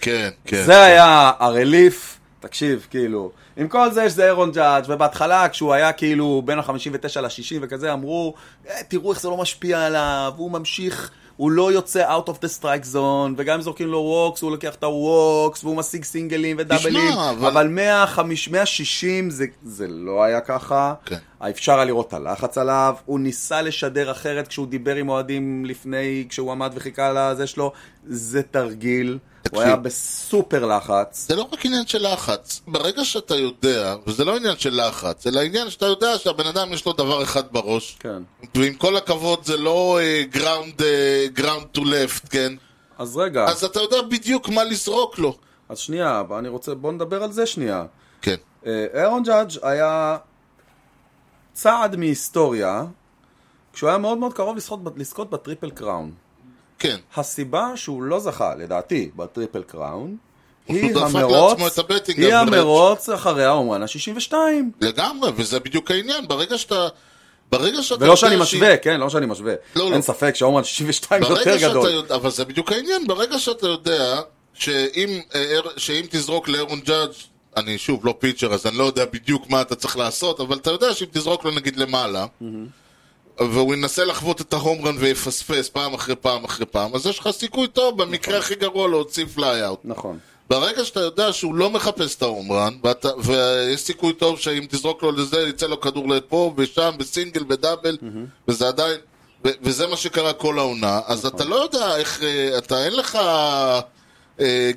Speaker 1: כן, כן.
Speaker 2: זה היה הרליף תקשיב, כאילו, עם כל זה יש זה אירון ג'אדג', ובהתחלה כשהוא היה כאילו בין ה-59 ל-60 וכזה, אמרו, "אה, תראו איך זה לא משפיע עליו, הוא ממשיך, הוא לא יוצא out of the strike zone, וגם אם זורקים לו ווקס, הוא לוקח את הווקס, והוא משיג סינגלים ודאבלים,
Speaker 1: אבל-
Speaker 2: אבל 150, 160 זה, זה לא היה ככה.
Speaker 1: כן.
Speaker 2: אפשר היה לראות את הלחץ עליו, הוא ניסה לשדר אחרת כשהוא דיבר עם אוהדים לפני, כשהוא עמד וחיכה לזה שלו, זה תרגיל. הוא
Speaker 1: תקשיב.
Speaker 2: היה בסופר לחץ.
Speaker 1: זה לא רק עניין של לחץ. ברגע שאתה יודע, וזה לא עניין של לחץ, אלא עניין שאתה יודע שהבן אדם יש לו דבר אחד בראש.
Speaker 2: כן.
Speaker 1: ועם כל הכבוד, זה לא אה, גראונד גראונד טו לפט, כן?
Speaker 2: אז רגע, אז,
Speaker 1: אז אתה יודע בדיוק מה לזרוק לו.
Speaker 2: אז שנייה, אבל אני רוצה, בוא נדבר על זה שנייה.
Speaker 1: כן.
Speaker 2: אה, אהרון ג'אדג' היה צעד מהיסטוריה, כשהוא היה מאוד מאוד קרוב לזכות, ב- לזכות בטריפל קראון.
Speaker 1: כן.
Speaker 2: הסיבה שהוא לא זכה, לדעתי, בטריפל קראון,
Speaker 1: הוא
Speaker 2: היא
Speaker 1: דפק
Speaker 2: המרוץ,
Speaker 1: לעצמו את הבטינג
Speaker 2: היא
Speaker 1: average.
Speaker 2: המרוץ אחרי האומרן ה-62.
Speaker 1: לגמרי, וזה בדיוק העניין. ברגע שאתה... ברגע שאתה...
Speaker 2: ולא
Speaker 1: יודע
Speaker 2: שאני
Speaker 1: שהיא-
Speaker 2: משווה, כן, לא שאני משווה.
Speaker 1: לא,
Speaker 2: אין
Speaker 1: לא.
Speaker 2: ספק שהאומרן 62 יותר
Speaker 1: ברגע שאתה
Speaker 2: גדול.
Speaker 1: יודע... אבל זה בדיוק העניין. ברגע שאתה יודע שאם, אה, אר- שאם תזרוק לאירון ג'אדג' אני שוב לא פיצ'ר, אז אני לא יודע בדיוק מה אתה צריך לעשות, אבל אתה יודע שאם תזרוק לו נגיד למעלה, והוא ינסה לחוות את ההום רן ויפספס פעם אחרי פעם אחרי פעם, אז יש לך סיכוי טוב במקרה הכי גרוע להוציא פליי-אאוט.
Speaker 2: נכון.
Speaker 1: ברגע שאתה יודע שהוא לא מחפש את ההומרן, ואתה- ויש סיכוי טוב שאם תזרוק לו לזה, יצא לו כדור לפה ושם, בסינגל, בדאבל, וזה עדיין... ו- וזה מה שקרה כל העונה, אז אתה לא יודע איך... אה, אתה אין לך אה,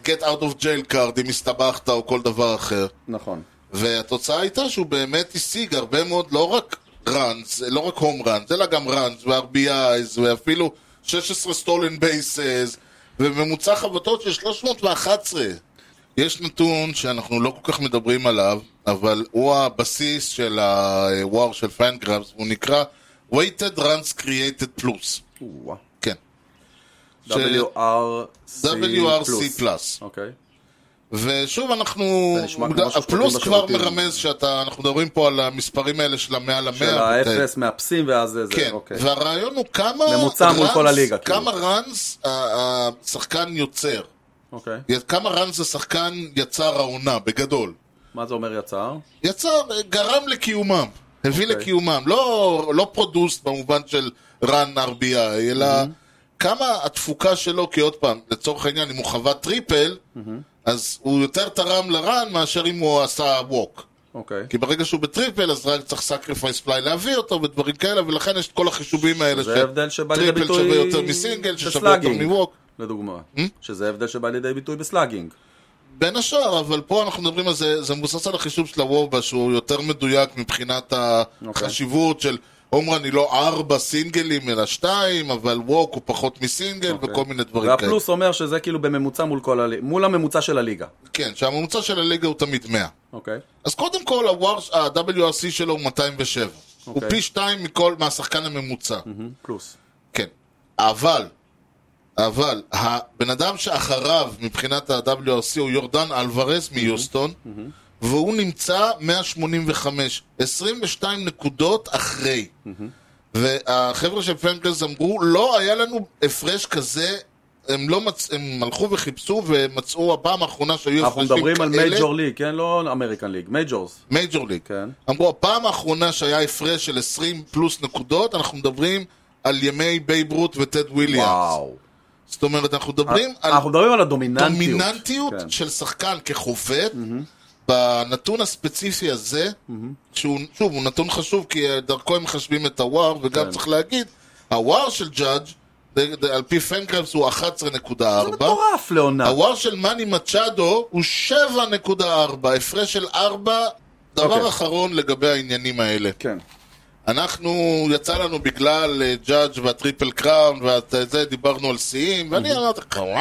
Speaker 1: get out of jail card אם הסתבכת או כל דבר אחר.
Speaker 2: נכון.
Speaker 1: והתוצאה הייתה שהוא באמת השיג הרבה מאוד, לא רק ראנס, לא רק הום ראנס, אלא גם ראנס ו-RBI's ואפילו 16 סטולן בייסס וממוצע חבטות של 311. יש נתון שאנחנו לא כל כך מדברים עליו, אבל הוא הבסיס של הוואר של פיינגרפס, הוא נקרא Weighted Runs Created Plus.
Speaker 2: וואו.
Speaker 1: כן, ש-
Speaker 2: WRC
Speaker 1: WRC Plus.
Speaker 2: אוקיי.
Speaker 1: ושוב אנחנו,
Speaker 2: זה נשמע כמו
Speaker 1: מוגדר-
Speaker 2: משהו שכותבים
Speaker 1: הפלוס כבר
Speaker 2: בשירותים.
Speaker 1: מרמז שאתה, אנחנו מדברים פה על המספרים האלה של המאה למאה.
Speaker 2: של האפס מאפסים ואז זה, זה,
Speaker 1: כן,
Speaker 2: אוקיי.
Speaker 1: והרעיון הוא כמה
Speaker 2: ממוצע מול כל הליגה, כאילו.
Speaker 1: כמה ראנס ה- השחקן יוצר,
Speaker 2: אוקיי.
Speaker 1: כמה ראנס השחקן יצר העונה, בגדול.
Speaker 2: מה זה אומר יצר?
Speaker 1: יצר, אה, גרם לקיומם, הביא
Speaker 2: אוקיי.
Speaker 1: לקיומם, לא, לא פרודוסט במובן של run RBI, אלא כמה התפוקה שלו, כי עוד פעם, לצורך העניין, אם הוא חווה טריפל, אז הוא יותר תרם לרן מאשר אם הוא עשה ווק.
Speaker 2: אוקיי.
Speaker 1: כי ברגע שהוא בטריפל, אז רק צריך סקריפייס פליי להביא אותו ודברים כאלה, ולכן יש את כל החישובים האלה
Speaker 2: זה ההבדל שבא לידי
Speaker 1: טריפל
Speaker 2: ביטוי...
Speaker 1: שווה יותר מסינגל, ששווה יותר
Speaker 2: בסלאגינג,
Speaker 1: מווק.
Speaker 2: לדוגמה. שזה ההבדל שבא לידי ביטוי בסלאגינג.
Speaker 1: כן, בין השאר, אבל פה אנחנו מדברים על זה, זה מבוסס על החישוב של הוובה, שהוא יותר מדויק מבחינת החשיבות של... עומרן היא לא ארבע סינגלים אלא שתיים, אבל ווק הוא פחות מסינגל וכל מיני דברים כאלה.
Speaker 2: אוקיי. והפלוס אומר שזה כאילו בממוצע מול כל הליגה, מול הממוצע של הליגה.
Speaker 1: כן, שהממוצע של הליגה הוא תמיד 100.
Speaker 2: אוקיי.
Speaker 1: אז קודם כל, הוואר- ה-WRC שלו הוא 207. הוא
Speaker 2: אוקיי.
Speaker 1: פי שתיים מכל, מהשחקן הממוצע.
Speaker 2: מהמם, פלוס.
Speaker 1: כן. אבל, אבל, הבן אדם שאחריו מבחינת ה-WRC הוא יורדן אלוורז מיוסטון,
Speaker 2: Mm-hmm.
Speaker 1: והוא נמצא 185, 22 נקודות אחרי.
Speaker 2: Mm-hmm.
Speaker 1: והחבר'ה של פנקלס אמרו, לא היה לנו הפרש כזה. הם לא מצ... הם הלכו וחיפשו ומצאו הפעם האחרונה שהיו
Speaker 2: אנחנו
Speaker 1: הפרשים
Speaker 2: מדברים על
Speaker 1: כאלה.
Speaker 2: מייג'ור ליג, כן? לא אמריקן ליג, מייג'ורס.
Speaker 1: מייג'ור ליג.
Speaker 2: כן.
Speaker 1: אמרו, הפעם האחרונה שהיה הפרש של 20 פלוס נקודות, אנחנו מדברים על ימי בייב רות וטד וויליאמס.
Speaker 2: וואו.
Speaker 1: זאת אומרת, אנחנו מדברים על
Speaker 2: אנחנו מדברים על הדומיננטיות.
Speaker 1: דומיננטיות
Speaker 2: אה, כן.
Speaker 1: של שחקן כחובט, בנתון הספציפי הזה, שהוא, שוב, הוא נתון חשוב, כי דרכו הם מחשבים את הוואר, וגם
Speaker 2: כן.
Speaker 1: צריך להגיד, הוואר של ג'אדג' זה- זה- על פי פנקרפס הוא 11.4.
Speaker 2: זה מטורף לעונה.
Speaker 1: הוואר של מאני מצ'אדו הוא 7.4, הפרש של 4. דבר
Speaker 2: אוקיי.
Speaker 1: אחרון לגבי העניינים האלה.
Speaker 2: כן.
Speaker 1: אנחנו, יצא לנו בגלל אה, ג'אדג' והטריפל קראון וזה, דיברנו על שיאים, ואני אמרתי, קראון,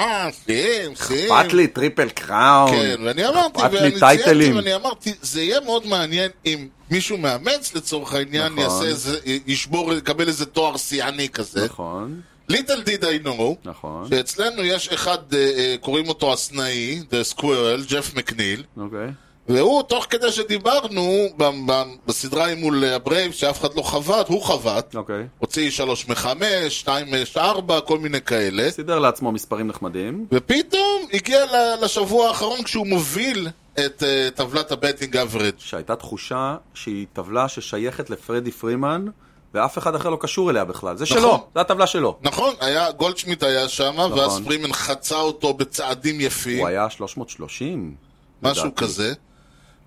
Speaker 1: שיאים, שיאים.
Speaker 2: אוקיי. אכפת לי טריפל קראון.
Speaker 1: כן, ואני אמרתי,
Speaker 2: אכפת לי
Speaker 1: ואני ציינתי,
Speaker 2: טייטלים.
Speaker 1: ואני אמרתי, זה יהיה מאוד מעניין אם מישהו מאמץ לצורך העניין,
Speaker 2: נכון.
Speaker 1: יעשה איזה, ישבור, יקבל איזה תואר שיאני כזה.
Speaker 2: נכון,
Speaker 1: ליטל דיד I know,
Speaker 2: נכון.
Speaker 1: שאצלנו יש אחד, אה, אה, קוראים אותו הסנאי, The Squirrel, ג'ף מקניל,
Speaker 2: אוקיי.
Speaker 1: והוא, תוך כדי שדיברנו, ב- ב- בסדרה עם מול הברייב, שאף אחד לא חבט, הוא חבט.
Speaker 2: אוקיי.
Speaker 1: הוציא 3 מ-5, 2 מ-4, כל מיני כאלה.
Speaker 2: סידר לעצמו מספרים נחמדים.
Speaker 1: ופתאום הגיע ל- לשבוע האחרון כשהוא מוביל את אה, טבלת הבטינג אברד.
Speaker 2: שהייתה תחושה שהיא טבלה ששייכת לפרדי פרימן, ואף אחד אחר לא קשור אליה בכלל. זה
Speaker 1: נכון.
Speaker 2: שלו, זו הטבלה שלו.
Speaker 1: נכון, היה, גולדשמיט היה שם, נכון. ואז פרימן חצה אותו בצעדים יפים,
Speaker 2: הוא היה 330.
Speaker 1: משהו
Speaker 2: לדעתי.
Speaker 1: כזה.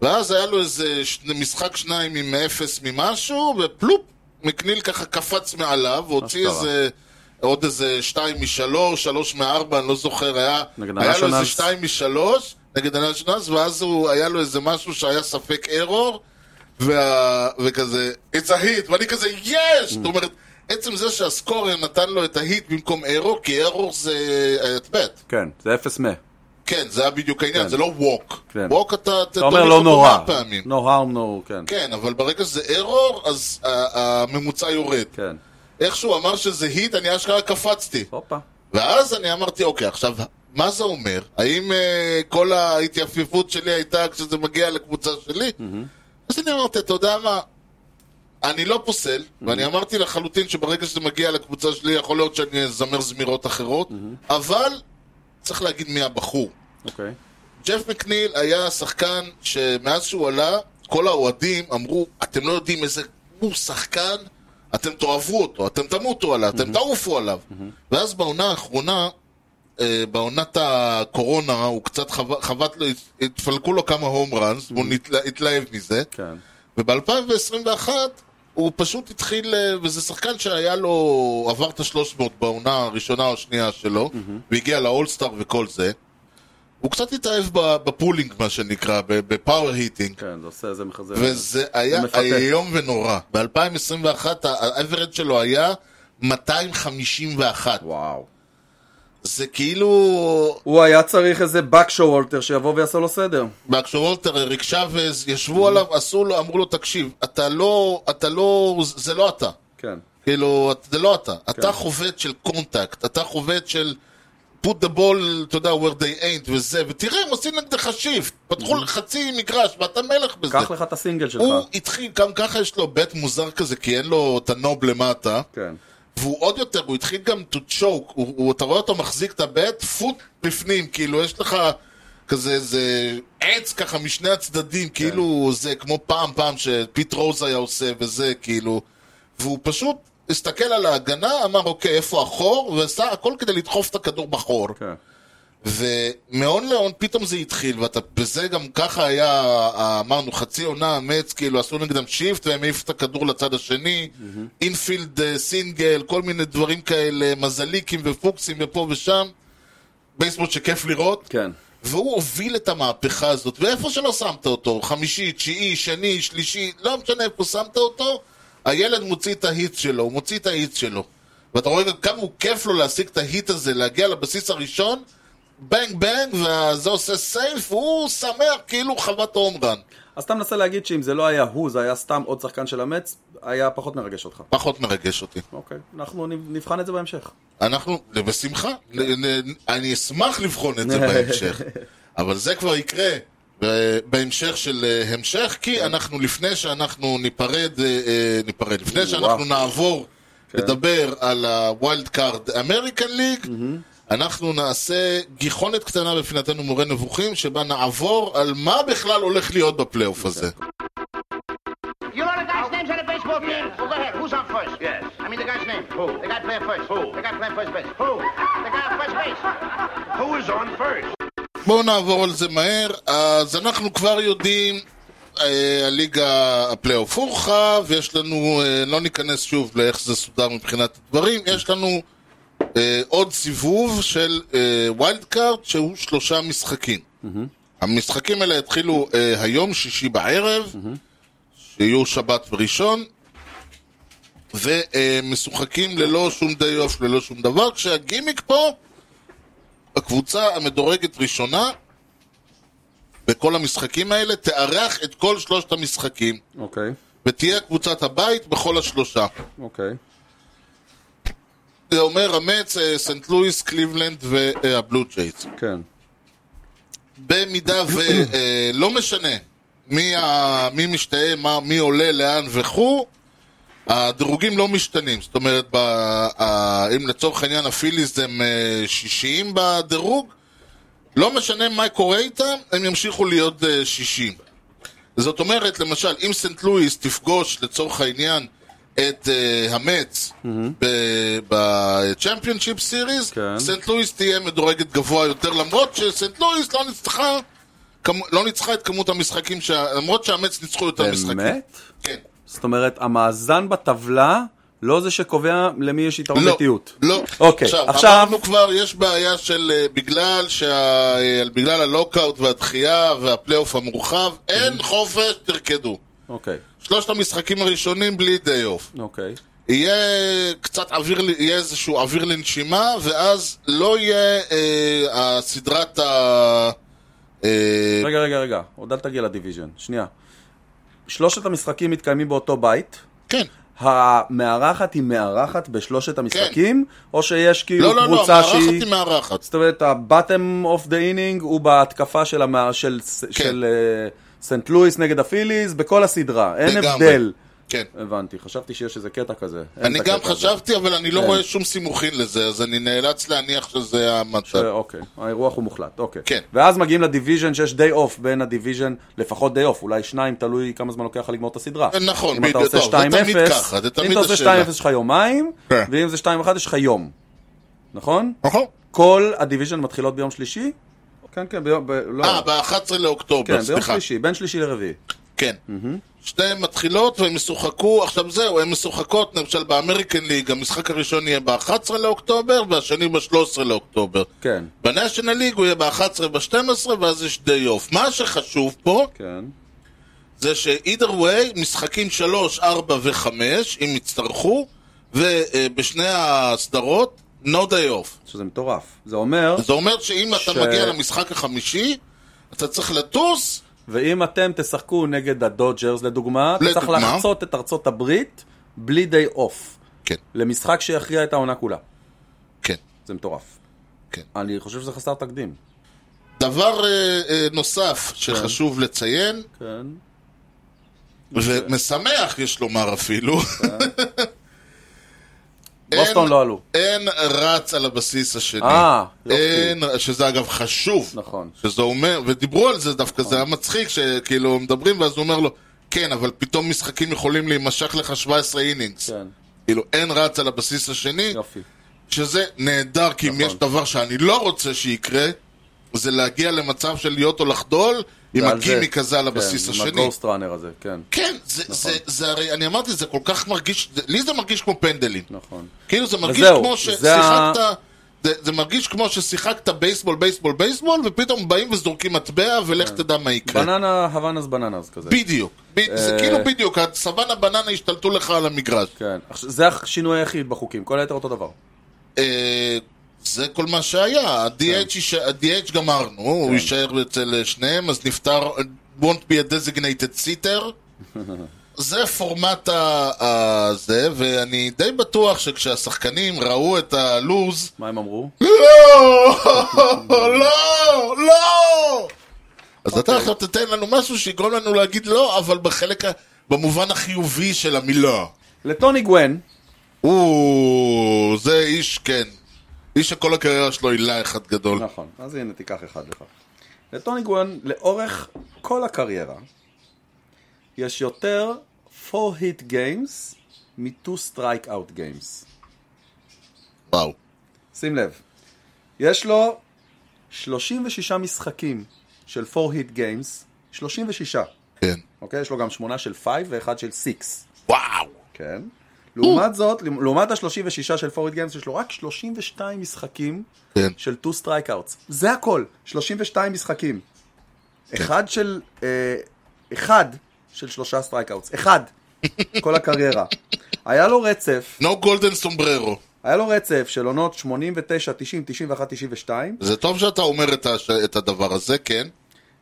Speaker 1: ואז היה לו איזה שני, משחק שניים עם אפס ממשהו, ופלופ, מקניל ככה קפץ מעליו, והוציא
Speaker 2: אשכרה.
Speaker 1: איזה... עוד איזה שתיים משלוש, שלוש מארבע, אני לא זוכר, היה,
Speaker 2: נגד
Speaker 1: היה לו איזה
Speaker 2: ה-Nationals.
Speaker 1: שתיים משלוש נגד הנשיונלס, ואז הוא, היה לו איזה משהו שהיה ספק ארור, וה... וכזה, it's a hit, ואני כזה, יש!
Speaker 2: Mm.
Speaker 1: זאת אומרת, עצם זה שהסקורר נתן לו את ההיט במקום ארור, כי ארור זה אה, אטבט.
Speaker 2: כן, זה אפס מאה.
Speaker 1: כן, זה היה בדיוק העניין,
Speaker 2: כן.
Speaker 1: זה לא ווק.
Speaker 2: כן.
Speaker 1: ווק אתה
Speaker 2: אתה אומר לא נורא.
Speaker 1: פעמים.
Speaker 2: No harm, no, כן.
Speaker 1: כן, אבל ברגע שזה ארור, אז ה- הממוצע יורד.
Speaker 2: כן.
Speaker 1: איך שהוא אמר שזה היט, אני אשכרה קפצתי.
Speaker 2: הופה.
Speaker 1: ואז אני אמרתי, אוקיי, עכשיו, מה זה אומר? האם אה, כל ההתייפיפות שלי הייתה כשזה מגיע לקבוצה שלי? אז אני אמרתי, אתה יודע מה? אני לא פוסל, ואני אמרתי לחלוטין שברגע שזה מגיע לקבוצה שלי, יכול להיות שאני אזמר זמירות אחרות, אבל צריך להגיד מי הבחור.
Speaker 2: אוקיי.
Speaker 1: ג'ף מקניל היה שחקן שמאז שהוא עלה, כל האוהדים אמרו, אתם לא יודעים איזה הוא שחקן, אתם תאהבו אותו, אתם תמותו עליו, אתם תעופו עליו. ואז בעונה האחרונה, אה, בעונת הקורונה, הוא קצת חו- חבט לו, התפלקו לו כמה הום ראנס, והוא נתלה- התלהב מזה.
Speaker 2: כן.
Speaker 1: וב-2021 הוא פשוט התחיל, אה, וזה שחקן שהיה לו, עבר את ה-300 בעונה הראשונה או השנייה שלו, והגיע לאולסטאר וכל זה. הוא קצת התאהב ב- בפולינג, מה שנקרא, בפאוור היטינג.
Speaker 2: כן, זה עושה איזה מחזה.
Speaker 1: וזה היה
Speaker 2: מפתה.
Speaker 1: איום ונורא. ב-2021 האברד שלו היה 251.
Speaker 2: וואו.
Speaker 1: זה כאילו...
Speaker 2: הוא היה צריך איזה בקשו וולטר שיבוא ויעשה לו סדר.
Speaker 1: והקשוולטר, אריק שבז, ישבו עליו, עשו לו, אמרו לו, תקשיב, אתה לא, אתה לא, זה לא אתה.
Speaker 2: כן.
Speaker 1: כאילו, את- זה לא אתה. אתה חובט של קונטקט, אתה חובט של put the ball, אתה יודע, where they ain't וזה, ותראה, הם עושים נגדך שיפט, פתחו חצי מגרש, ואתה מלך בזה.
Speaker 2: Mhm. קח לך את הסינגל שלך.
Speaker 1: הוא התחיל, גם ככה יש לו בית מוזר כזה, כי אין לו את הנוב למטה,
Speaker 2: כן.
Speaker 1: והוא עוד יותר, הוא התחיל גם to choke, הוא, הוא, אתה רואה אותו מחזיק את הבית, פוט בפנים, כאילו, יש לך כזה איזה עץ ככה משני הצדדים, כאילו זה כמו פעם, פעם שפיט רוז היה עושה וזה, כאילו, והוא פשוט הסתכל על ההגנה, אמר, אוקיי, איפה החור, ועשה הכל כדי לדחוף את הכדור בחור.
Speaker 2: כן.
Speaker 1: ומהון להון פתאום זה התחיל, ואתה, וזה גם ככה היה, אמרנו, חצי עונה, אמץ, כאילו עשו נגדם שיפט והם העיפו את הכדור לצד השני, אינפילד אה, סינגל, כל מיני דברים כאלה, מזליקים ופוקסים ופה ושם, בייסבול שכיף לראות,
Speaker 2: כן.
Speaker 1: והוא הוביל את המהפכה הזאת, ואיפה שלא שמת אותו, חמישי, תשיעי, שני, שלישי, לא משנה איפה שמת אותו, הילד מוציא את ההיט שלו, הוא מוציא את ההיט שלו. ואתה רואה גם כמה הוא כיף לו להשיג את ההיט הזה, להגיע לבסיס הראשון, בנג בנג, וזה עושה סייף, והוא שמח כאילו חוות הומרן.
Speaker 2: אז אתה מנסה להגיד שאם זה לא היה הוא, זה היה סתם עוד שחקן של המץ, היה פחות מרגש אותך.
Speaker 1: פחות מרגש אותי.
Speaker 2: אוקיי. אנחנו נ- נבחן את זה בהמשך.
Speaker 1: אנחנו, בשמחה, נ- נ- אני אשמח לבחון את זה בהמשך, אבל זה כבר יקרה אה, בהמשך של אה, המשך, כי אנחנו לפני שאנחנו ניפרד, אה, אה, ניפרד, לפני שאנחנו נעבור לדבר על הווילד קארד אמריקן ליג, אנחנו נעשה גיחונת קטנה בפינתנו מורה נבוכים, שבה נעבור על מה בכלל הולך להיות בפלייאוף הזה.
Speaker 5: You know the guy's names on the baseball team? Well, go ahead. Who's on first? Yes. I mean the guy's name. Who? The guy playing first. Who? The guy playing first base. Who? The guy on first base. Who is on first?
Speaker 1: בואו נעבור על זה מהר. אז אנחנו כבר יודעים, אה, הליגה, הפלייאוף הורחב, יש לנו, אה, לא ניכנס שוב לאיך זה סודר מבחינת הדברים, יש לנו אה, עוד סיבוב של אה, ויילד קארט שהוא שלושה משחקים. המשחקים האלה התחילו אה, היום, שישי בערב, שיהיו שבת וראשון. ומשוחקים ללא שום די אוף, ללא שום דבר, כשהגימיק פה הקבוצה המדורגת ראשונה בכל המשחקים האלה תארח את כל שלושת המשחקים
Speaker 2: אוקיי.
Speaker 1: ותהיה קבוצת הבית בכל השלושה.
Speaker 2: אוקיי.
Speaker 1: זה אומר אמץ, אה, סנט לואיס, קליבלנד אה, והבלו ג'ייטס.
Speaker 2: כן.
Speaker 1: במידה ולא משנה מי, ה... מי משתאה, מה... מי עולה, לאן וכו', הדירוגים לא משתנים. זאת אומרת, ב... ה... אם לצורך העניין הפיליז הם אה, 60 בדירוג, לא משנה מה קורה איתם, הם ימשיכו להיות אה, 60. זאת אומרת, למשל, אם סנט לואיס תפגוש לצורך העניין את uh, המץ בצ'מפיונשיפ סיריס,
Speaker 2: כן.
Speaker 1: סנט לואיס תהיה מדורגת גבוה יותר, למרות שסנט לואיס לא ניצחה, כמו, לא ניצחה את כמות המשחקים, שה, למרות שהמץ ניצחו יותר משחקים.
Speaker 2: באמת?
Speaker 1: כן.
Speaker 2: זאת אומרת, המאזן בטבלה לא זה שקובע למי יש יתרון בטיעוט.
Speaker 1: לא.
Speaker 2: אוקיי,
Speaker 1: עכשיו,
Speaker 2: עכשיו-
Speaker 1: אמרנו כבר, יש בעיה של אה, בגלל שה... אה, בגלל הלוקאוט והדחייה והפלייאוף המורחב, אין
Speaker 2: Mhm.
Speaker 1: חופש, תרקדו.
Speaker 2: אוקיי,
Speaker 1: שלושת המשחקים הראשונים בלי די אוף.
Speaker 2: אוקיי.
Speaker 1: יהיה קצת אוויר, ל- יהיה איזשהו אוויר לנשימה, ואז לא יהיה אה, הסדרת ה... אה,
Speaker 2: רגע, רגע, רגע, עוד אל תגיע לדיוויז'ן. שנייה. שלושת המשחקים מתקיימים באותו בית.
Speaker 1: כן.
Speaker 2: המארחת היא מארחת בשלושת המשחקים, או שיש כאילו
Speaker 1: כן. לא, לא, לא,
Speaker 2: קבוצה
Speaker 1: מארחת
Speaker 2: שהיא...
Speaker 1: היא מארחת.
Speaker 2: זאת אומרת, ה-bottom of the inning הוא בהתקפה של, המא... של,
Speaker 1: כן.
Speaker 2: של אה, סנט לואיס נגד הפיליז, בכל הסדרה, אין
Speaker 1: לגמרי.
Speaker 2: הבדל.
Speaker 1: כן.
Speaker 2: הבנתי, חשבתי שיש איזה קטע כזה. אין
Speaker 1: אני
Speaker 2: את הקטע
Speaker 1: גם
Speaker 2: הזה.
Speaker 1: חשבתי, אבל אני לא
Speaker 2: כן.
Speaker 1: רואה שום סימוכין לזה, אז אני נאלץ להניח שזה
Speaker 2: אה,
Speaker 1: המצב.
Speaker 2: אוקיי, האירוח הוא מוחלט, אוקיי.
Speaker 1: כן.
Speaker 2: ואז מגיעים לדיוויז'ן שיש די אוף בין הדיוויז'ן, לפחות די אוף, אולי שניים, תלוי כמה זמן לוקח לך לגמור את הסדרה.
Speaker 1: אה, נכון,
Speaker 2: אם אתה
Speaker 1: בדיוק,
Speaker 2: עושה
Speaker 1: טוב, זה
Speaker 2: 2-0,
Speaker 1: תמיד ככה, זה
Speaker 2: אם
Speaker 1: תמיד
Speaker 2: אתה עושה
Speaker 1: השאלה.
Speaker 2: 2-0 יש לך יומיים,
Speaker 1: כן.
Speaker 2: ואם זה 2-1 יש לך יום, נכון?
Speaker 1: נכון.
Speaker 2: כל הדיוויז'ן מתחילות ביום שלישי? כן, כן, ביום... ב- לא.
Speaker 1: אה, ב-11
Speaker 2: כן,
Speaker 1: לאוקטובר,
Speaker 2: ביום
Speaker 1: לא, סליחה.
Speaker 2: שלישי, בין שלישי לרביעי.
Speaker 1: כן. שתיהן מתחילות והן ישוחקו, עכשיו זהו, הן משוחקות, למשל באמריקן ליג, המשחק הראשון יהיה ב-11 לאוקטובר והשני ב-13 לאוקטובר.
Speaker 2: כן,
Speaker 1: בניישנל ליג הוא יהיה ב-11 ב-12 ואז יש די אוף. מה שחשוב פה
Speaker 2: כן.
Speaker 1: זה ש-either way, משחקים 3, 4 ו-5, אם יצטרכו, ובשני הסדרות, no day off.
Speaker 2: שזה מטורף. זה אומר,
Speaker 1: זה אומר שאם
Speaker 2: ש-
Speaker 1: אתה מגיע למשחק החמישי, אתה צריך לטוס
Speaker 2: ואם אתם תשחקו נגד הדודג'רס, לדוגמה, אתה צריך
Speaker 1: לדוגמה.
Speaker 2: לחצות את ארצות הברית בלי די אוף.
Speaker 1: כן.
Speaker 2: למשחק שיכריע את העונה כולה.
Speaker 1: כן.
Speaker 2: זה מטורף.
Speaker 1: כן.
Speaker 2: אני חושב שזה חסר תקדים.
Speaker 1: דבר אה, אה, נוסף שחשוב לציין,
Speaker 2: כן.
Speaker 1: ומשמח יש לומר אפילו, *laughs* אין-
Speaker 2: בוסטון אה. לא עלו.
Speaker 1: אין רץ על הבסיס השני.
Speaker 2: אה, יופי.
Speaker 1: אין, שזה אגב חשוב.
Speaker 2: נכון.
Speaker 1: שזה אומר, ודיברו על זה דווקא, זה היה מצחיק, שכאילו מדברים ואז הוא אומר לו, כן, אבל פתאום משחקים יכולים להימשך לך 17 אינינגס.
Speaker 2: כן, נכון.
Speaker 1: כאילו, אין רץ על הבסיס השני,
Speaker 2: יופי.
Speaker 1: שזה נהדר, כי אם
Speaker 2: נכון.
Speaker 1: יש דבר שאני לא רוצה שיקרה, זה להגיע למצב של להיות או לחדול, עם
Speaker 2: ועל זה-
Speaker 1: הגימיק הזה על הבסיס
Speaker 2: כן,
Speaker 1: השני.
Speaker 2: עם הגוסט ראנר הזה, כן.
Speaker 1: כן, זה, זה, זה הרי, אני אמרתי, זה כל כך מרגיש, זה- לי זה מרגיש כמו פנדלים.
Speaker 2: נכון.
Speaker 1: כאילו זה מרגיש
Speaker 2: וזהו,
Speaker 1: כמו
Speaker 2: זה
Speaker 1: ששיחקת,
Speaker 2: ה-
Speaker 1: זה, זה מרגיש כמו ששיחקת בייסבול, בייסבול, בייסבול, ופתאום באים וזורקים מטבע, ולך תדע מה יקרה.
Speaker 2: כן. בננה, הוואנס בננס כזה.
Speaker 1: בדיוק. ב- זה
Speaker 2: אה.
Speaker 1: כאילו בדיוק, הסוואנה בננה השתלטו לך על המגרש.
Speaker 2: כן. עכשיו, זה השינוי היחיד בחוקים, כל היתר אותו דבר.
Speaker 1: אה, זה כל מה שהיה, ה-DH יש- ה-DH גמרנו, הוא יישאר אצל אה, שניהם, אז נפטר, won't be a designated sitter. זה פורמט ה- ה- זה, ואני די בטוח שכשהשחקנים ראו את הלוז, *laughs*
Speaker 2: מה הם אמרו?
Speaker 1: לא! לא! לא! אז אתה עכשיו תתן לנו משהו שיגרום לנו להגיד לא, אבל בחלק, ה- במובן החיובי של המילה.
Speaker 2: לטוני גוון,
Speaker 1: הוא... זה איש, כן. איש שכל הקריירה שלו היא לה אחד גדול.
Speaker 2: נכון, אז הנה תיקח אחד לך. לטוני גוון, לאורך כל הקריירה, יש יותר 4-hit games מ-2 strikeout games.
Speaker 1: וואו.
Speaker 2: שים לב, יש לו 36 משחקים של 4-hit games, 36,
Speaker 1: כן.
Speaker 2: אוקיי? יש לו גם 8 של 5 ואחד של 6,
Speaker 1: וואו.
Speaker 2: כן? לעומת זאת, לעומת ה-36 של 4-hit games, יש לו רק 32 משחקים
Speaker 1: כן.
Speaker 2: של 2 strikeouts. זה הכל, 32 משחקים. אחד של... אה, אחד של שלושה strikeouts. אחד. כל הקריירה. היה לו רצף,
Speaker 1: נו גולדן סומבררו.
Speaker 2: היה לו רצף של עונות 89, 90, 91, 92,
Speaker 1: זה טוב שאתה אומר את, הש... את הדבר הזה, כן.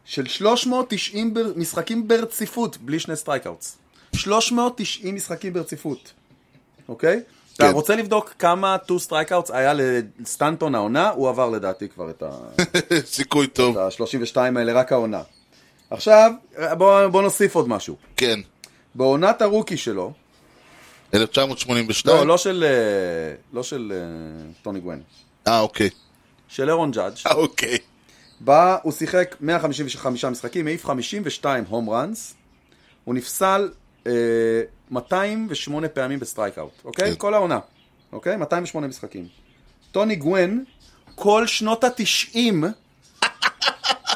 Speaker 2: של 390 בר... משחקים ברציפות, בלי שני סטרייקאוטס. 390 משחקים ברציפות, אוקיי? אתה רוצה לבדוק כמה 2 סטרייקאוטס היה לסטנטון העונה? הוא עבר לדעתי כבר את ה...
Speaker 1: אה, סיכוי טוב.
Speaker 2: ה-32 האלה, רק העונה. עכשיו, בואו בוא נוסיף עוד משהו.
Speaker 1: כן.
Speaker 2: בעונת הרוקי שלו,
Speaker 1: 1982?
Speaker 2: לא, לא של, אה, לא של אה, טוני גוון,
Speaker 1: אה, אוקיי.
Speaker 2: של אירון ג'אדג',
Speaker 1: אה, אוקיי.
Speaker 2: בא, הוא שיחק 155 משחקים, העיף 52 הום ראנס, הוא נפסל אה, 208 פעמים בסטרייק אאוט, אוקיי?
Speaker 1: כן.
Speaker 2: כל העונה, אוקיי? 208 משחקים. טוני גוון, כל שנות התשעים,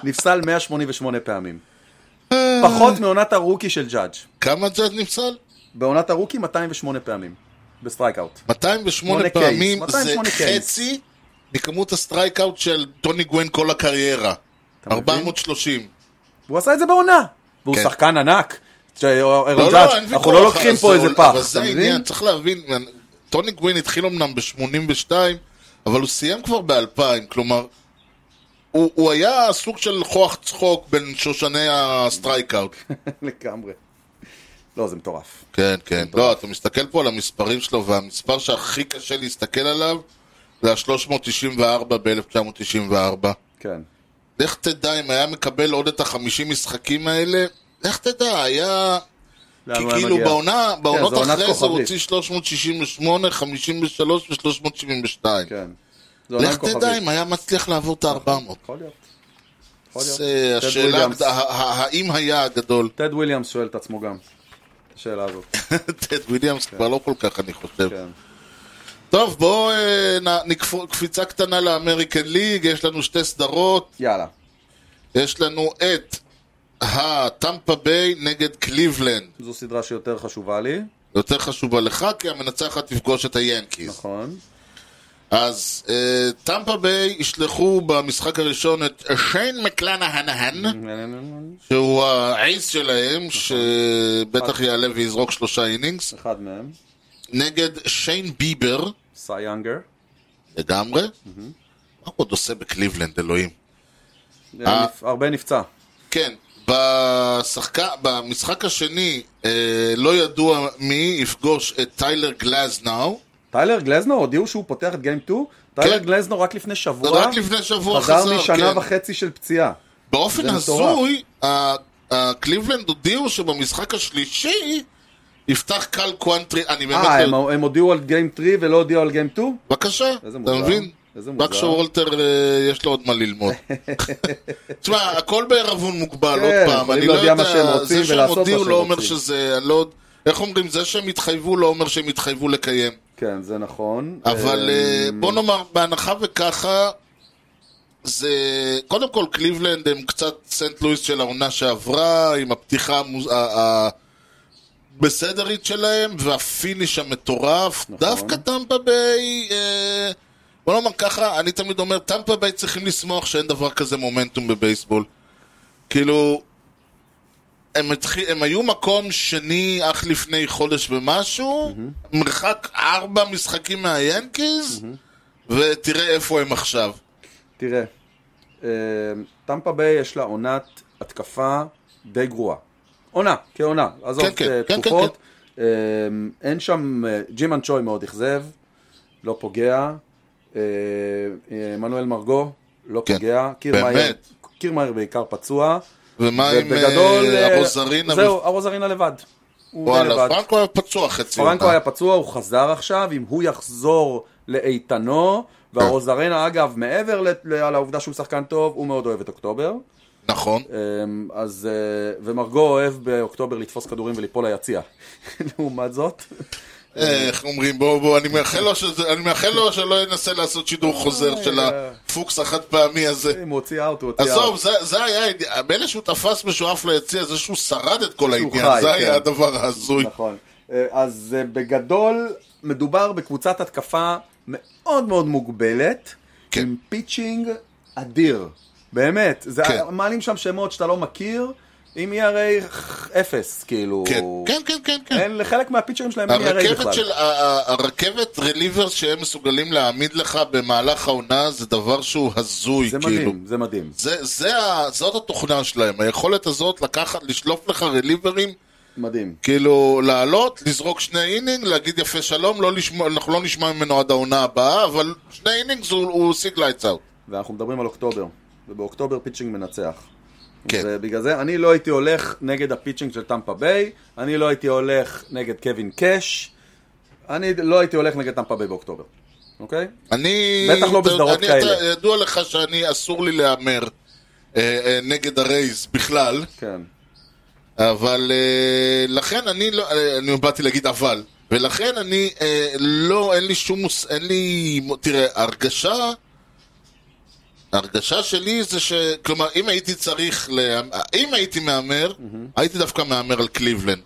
Speaker 2: נפסל 188 פעמים. פחות מעונת הרוקי של ג'אדג'.
Speaker 1: כמה ג'אד נפסל?
Speaker 2: בעונת הרוקי 208 פעמים, בסטרייק אאוט.
Speaker 1: 208
Speaker 2: שמונה
Speaker 1: פעמים
Speaker 2: קייס,
Speaker 1: זה
Speaker 2: 208 קייס.
Speaker 1: חצי מכמות הסטרייקאוט של טוני גווין כל הקריירה.
Speaker 2: מבין?
Speaker 1: 430.
Speaker 2: והוא עשה את זה בעונה. והוא
Speaker 1: כן.
Speaker 2: שחקן ענק. שאירון
Speaker 1: לא,
Speaker 2: ג'אדג',
Speaker 1: לא, אין ויכוח.
Speaker 2: אנחנו לא לוקחים
Speaker 1: אז
Speaker 2: פה
Speaker 1: זה
Speaker 2: איזה
Speaker 1: עול-
Speaker 2: פח.
Speaker 1: אבל
Speaker 2: אתה
Speaker 1: זה
Speaker 2: מבין?
Speaker 1: העניין, צריך להבין, טוני גווין התחיל אמנם ב-82, אבל הוא סיים כבר ב-2000, כלומר, הוא הוא היה סוג של כוח צחוק בין שושני
Speaker 2: *laughs*
Speaker 1: הסטרייקאוט.
Speaker 2: לגמרי. לא, זה מטורף.
Speaker 1: כן, כן. לא, אתה מסתכל פה על המספרים שלו, והמספר שהכי קשה להסתכל עליו זה ה-394 ב-1994.
Speaker 2: כן.
Speaker 1: לך תדע אם היה מקבל עוד את החמישים משחקים האלה, לך תדע, היה...
Speaker 2: לאן
Speaker 1: כי
Speaker 2: הוא היה
Speaker 1: כאילו
Speaker 2: מגיע? כן,
Speaker 1: בעונה, בעונות
Speaker 2: זה עונת
Speaker 1: אחרי זה הוא
Speaker 2: כוכבית.
Speaker 1: הוציא 368, 53 ו-372.
Speaker 2: כן. זה עונה עם
Speaker 1: לך תדע
Speaker 2: כוכבית.
Speaker 1: אם היה מצליח לעבור את ה-400.
Speaker 2: יכול להיות. יכול להיות.
Speaker 1: זה
Speaker 2: טד
Speaker 1: השאלה,
Speaker 2: וויליאמס.
Speaker 1: הגד- ה- ה- האם היה הגדול, *laughs*
Speaker 2: טד וויליאמס שואל את עצמו גם. את השאלה הזאת.
Speaker 1: טד וויליאמס כבר לא כל כך אני חושב.
Speaker 2: כן.
Speaker 1: טוב בואו אה, נ- נקפו- קפיצה קטנה לאמריקן ליג, יש לנו שתי סדרות,
Speaker 2: יאללה.
Speaker 1: יש לנו את הטמפה ביי נגד קליבלנד.
Speaker 2: זו סדרה שיותר חשובה לי.
Speaker 1: יותר חשובה לך, כי המנצחת תפגוש את היאנקיז.
Speaker 2: נכון.
Speaker 1: אז אה, טמפה ביי ישלחו במשחק הראשון את שיין מקלנהנהן, שהוא העיס שלהם, שבטח יעלה ויזרוק שלושה אינינגס,
Speaker 2: אחד מהם.
Speaker 1: נגד שיין ביבר,
Speaker 2: סי יאנגר.
Speaker 1: אה. לגמרי. מה הוא עוד עושה בקליבלנד, אלוהים?
Speaker 2: אה, נפ- הרבה נפצע.
Speaker 1: כן, בשחק... במשחק השני, אה, לא ידוע מי יפגוש את טיילר גלזנאו.
Speaker 2: טיילר גלזנור הודיעו שהוא פותח את גיים 2? טיילר גלזנור רק לפני שבוע.
Speaker 1: כן. רק לפני שבוע חזר,
Speaker 2: חזר משנה
Speaker 1: כן.
Speaker 2: וחצי של פציעה.
Speaker 1: באופן
Speaker 2: זה מטורף.
Speaker 1: הזוי, ה- הקליבלנד הודיעו שבמשחק השלישי יפתח קל קוונטרי, אני באמת...
Speaker 2: אה,
Speaker 1: לא-
Speaker 2: הם- הם הודיעו על גיים 3 ולא הודיעו על גיים 2?
Speaker 1: בבקשה,
Speaker 2: איזה
Speaker 1: אתה
Speaker 2: מוזר.
Speaker 1: מבין?
Speaker 2: איזה
Speaker 1: רק
Speaker 2: מוזר.
Speaker 1: שוולטר אה, יש לו עוד מה
Speaker 2: *laughs*
Speaker 1: ללמוד. תשמע, הכל בערבון מוגבל,
Speaker 2: כן,
Speaker 1: עוד פעם,
Speaker 2: יכולים
Speaker 1: אני לא
Speaker 2: להודיע מה שהם
Speaker 1: יודע,
Speaker 2: רוצים
Speaker 1: זה שהם
Speaker 2: ולעשות מה
Speaker 1: הודיעו
Speaker 2: שהם
Speaker 1: לא אומר
Speaker 2: רוצים.
Speaker 1: שזה, אני לא... יודע- איך אומרים, זה שהם התחייבו לא אומר שהם התחייבו לקיים.
Speaker 2: כן, זה נכון.
Speaker 1: אבל אה,
Speaker 2: אמ,
Speaker 1: בוא נאמר, בהנחה וככה, זה... קודם כל, קליבלנד הם קצת סנט לואיס של העונה שעברה, עם הפתיחה המוז... ה- ה- בסדרית שלהם, והפיניש המטורף.
Speaker 2: נכון.
Speaker 1: דווקא טמפה ביי... אה, בוא נאמר ככה, אני תמיד אומר, טמפה ביי צריכים לשמוח שאין דבר כזה מומנטום בבייסבול. כאילו... הם, התחיל, הם היו מקום שני אך לפני חודש ומשהו, mm-hmm. מרחק ארבע משחקים מהיאנקיז, mm-hmm. ותראה איפה הם עכשיו.
Speaker 2: תראה, אמ, טמפה ביי יש לה עונת התקפה די גרועה. עונה, כעונה. עזוב
Speaker 1: כן, כן,
Speaker 2: אה,
Speaker 1: כן, כן,
Speaker 2: תקופות. אמ, אין שם, אה, ג'ימן צ'וי מאוד אכזב, לא פוגע. אה, אה, מנואל מרגו, לא
Speaker 1: כן,
Speaker 2: פוגע. קיר
Speaker 1: באמת.
Speaker 2: מאייר- קיר מאייר בעיקר פצוע.
Speaker 1: ומה עם
Speaker 2: ובגדול,
Speaker 1: אה,
Speaker 2: אה,
Speaker 1: הרוזרינה?
Speaker 2: זהו, הרוזרינה לבד. הוא די
Speaker 1: וואלה,
Speaker 2: לבד.
Speaker 1: פרנקו היה פצוע חצי
Speaker 2: פרנקו
Speaker 1: עונה.
Speaker 2: היה פצוע, הוא חזר עכשיו, אם הוא יחזור לאיתנו, והרוזרנה אגב, מעבר ל- ל- על העובדה שהוא שחקן טוב, הוא מאוד אוהב את אוקטובר.
Speaker 1: נכון.
Speaker 2: אמ, אז, אה, ומרגו אוהב באוקטובר לתפוס כדורים וליפול ליציע. *laughs* לעומת זאת,
Speaker 1: אה, איך אומרים, בואו, בואו, אני מאחל לו שזה- אני מאחל לו שלא ינסה לעשות שידור חוזר של
Speaker 2: אה.
Speaker 1: הפוקס החד פעמי הזה.
Speaker 2: אם הוא הוציא אאוט, הוא הוציא
Speaker 1: עזוב,
Speaker 2: אאוט.
Speaker 1: זה- זה היה, מילא שהוא תפס משואף ליציע, זה שהוא שרד את כל
Speaker 2: חי,
Speaker 1: העניין, זה
Speaker 2: כן.
Speaker 1: היה הדבר ההזוי.
Speaker 2: נכון. אה, אז אה, בגדול, מדובר בקבוצת התקפה מאוד מאוד מוגבלת,
Speaker 1: כן.
Speaker 2: עם פיצ'ינג אדיר. באמת, זה
Speaker 1: כן.
Speaker 2: מעלים שם שמות שאתה לא מכיר, עם ERA אפס, כאילו.
Speaker 1: כן, כן, כן, כן, כן.
Speaker 2: אין, לחלק מהפיצ'רים שלהם אין ERA בכלל.
Speaker 1: הרכבת של, ה- ה- הרכבת רליבר שהם מסוגלים להעמיד לך במהלך העונה זה דבר שהוא הזוי,
Speaker 2: זה
Speaker 1: כאילו.
Speaker 2: מדהים, זה מדהים.
Speaker 1: זה, זה, ה- זאת התוכנה שלהם, היכולת הזאת לקחת, לשלוף לך רליברים,
Speaker 2: מדהים.
Speaker 1: כאילו לעלות, לזרוק שני אינינג, להגיד יפה שלום, לא לשמוע, אנחנו לא נשמע ממנו עד העונה הבאה, אבל שני אינינגס הוא הוא השיג לייטס אאוט.
Speaker 2: ואנחנו מדברים על אוקטובר, ובאוקטובר פיצ'ינג מנצח.
Speaker 1: כן.
Speaker 2: ובגלל זה אני לא הייתי הולך נגד הפיצ'ינג של טמפה ביי, אני לא הייתי הולך נגד קווין קאש, אני לא הייתי הולך נגד טמפה ביי באוקטובר, אוקיי?
Speaker 1: אני...
Speaker 2: בטח לא בסדרות
Speaker 1: אני-
Speaker 2: כאלה.
Speaker 1: אתה- ידוע לך שאני, אסור לי להמר אה, אה, נגד הרייז בכלל,
Speaker 2: כן.
Speaker 1: אבל אה, לכן אני לא, אה, אני באתי להגיד אבל, ולכן אני אה, לא, אין לי שום מוס, אין לי, תראה, הרגשה, ההרגשה שלי זה ש, כלומר, אם הייתי צריך, לה, אם הייתי מהמר, הייתי דווקא מהמר על קליבלנד.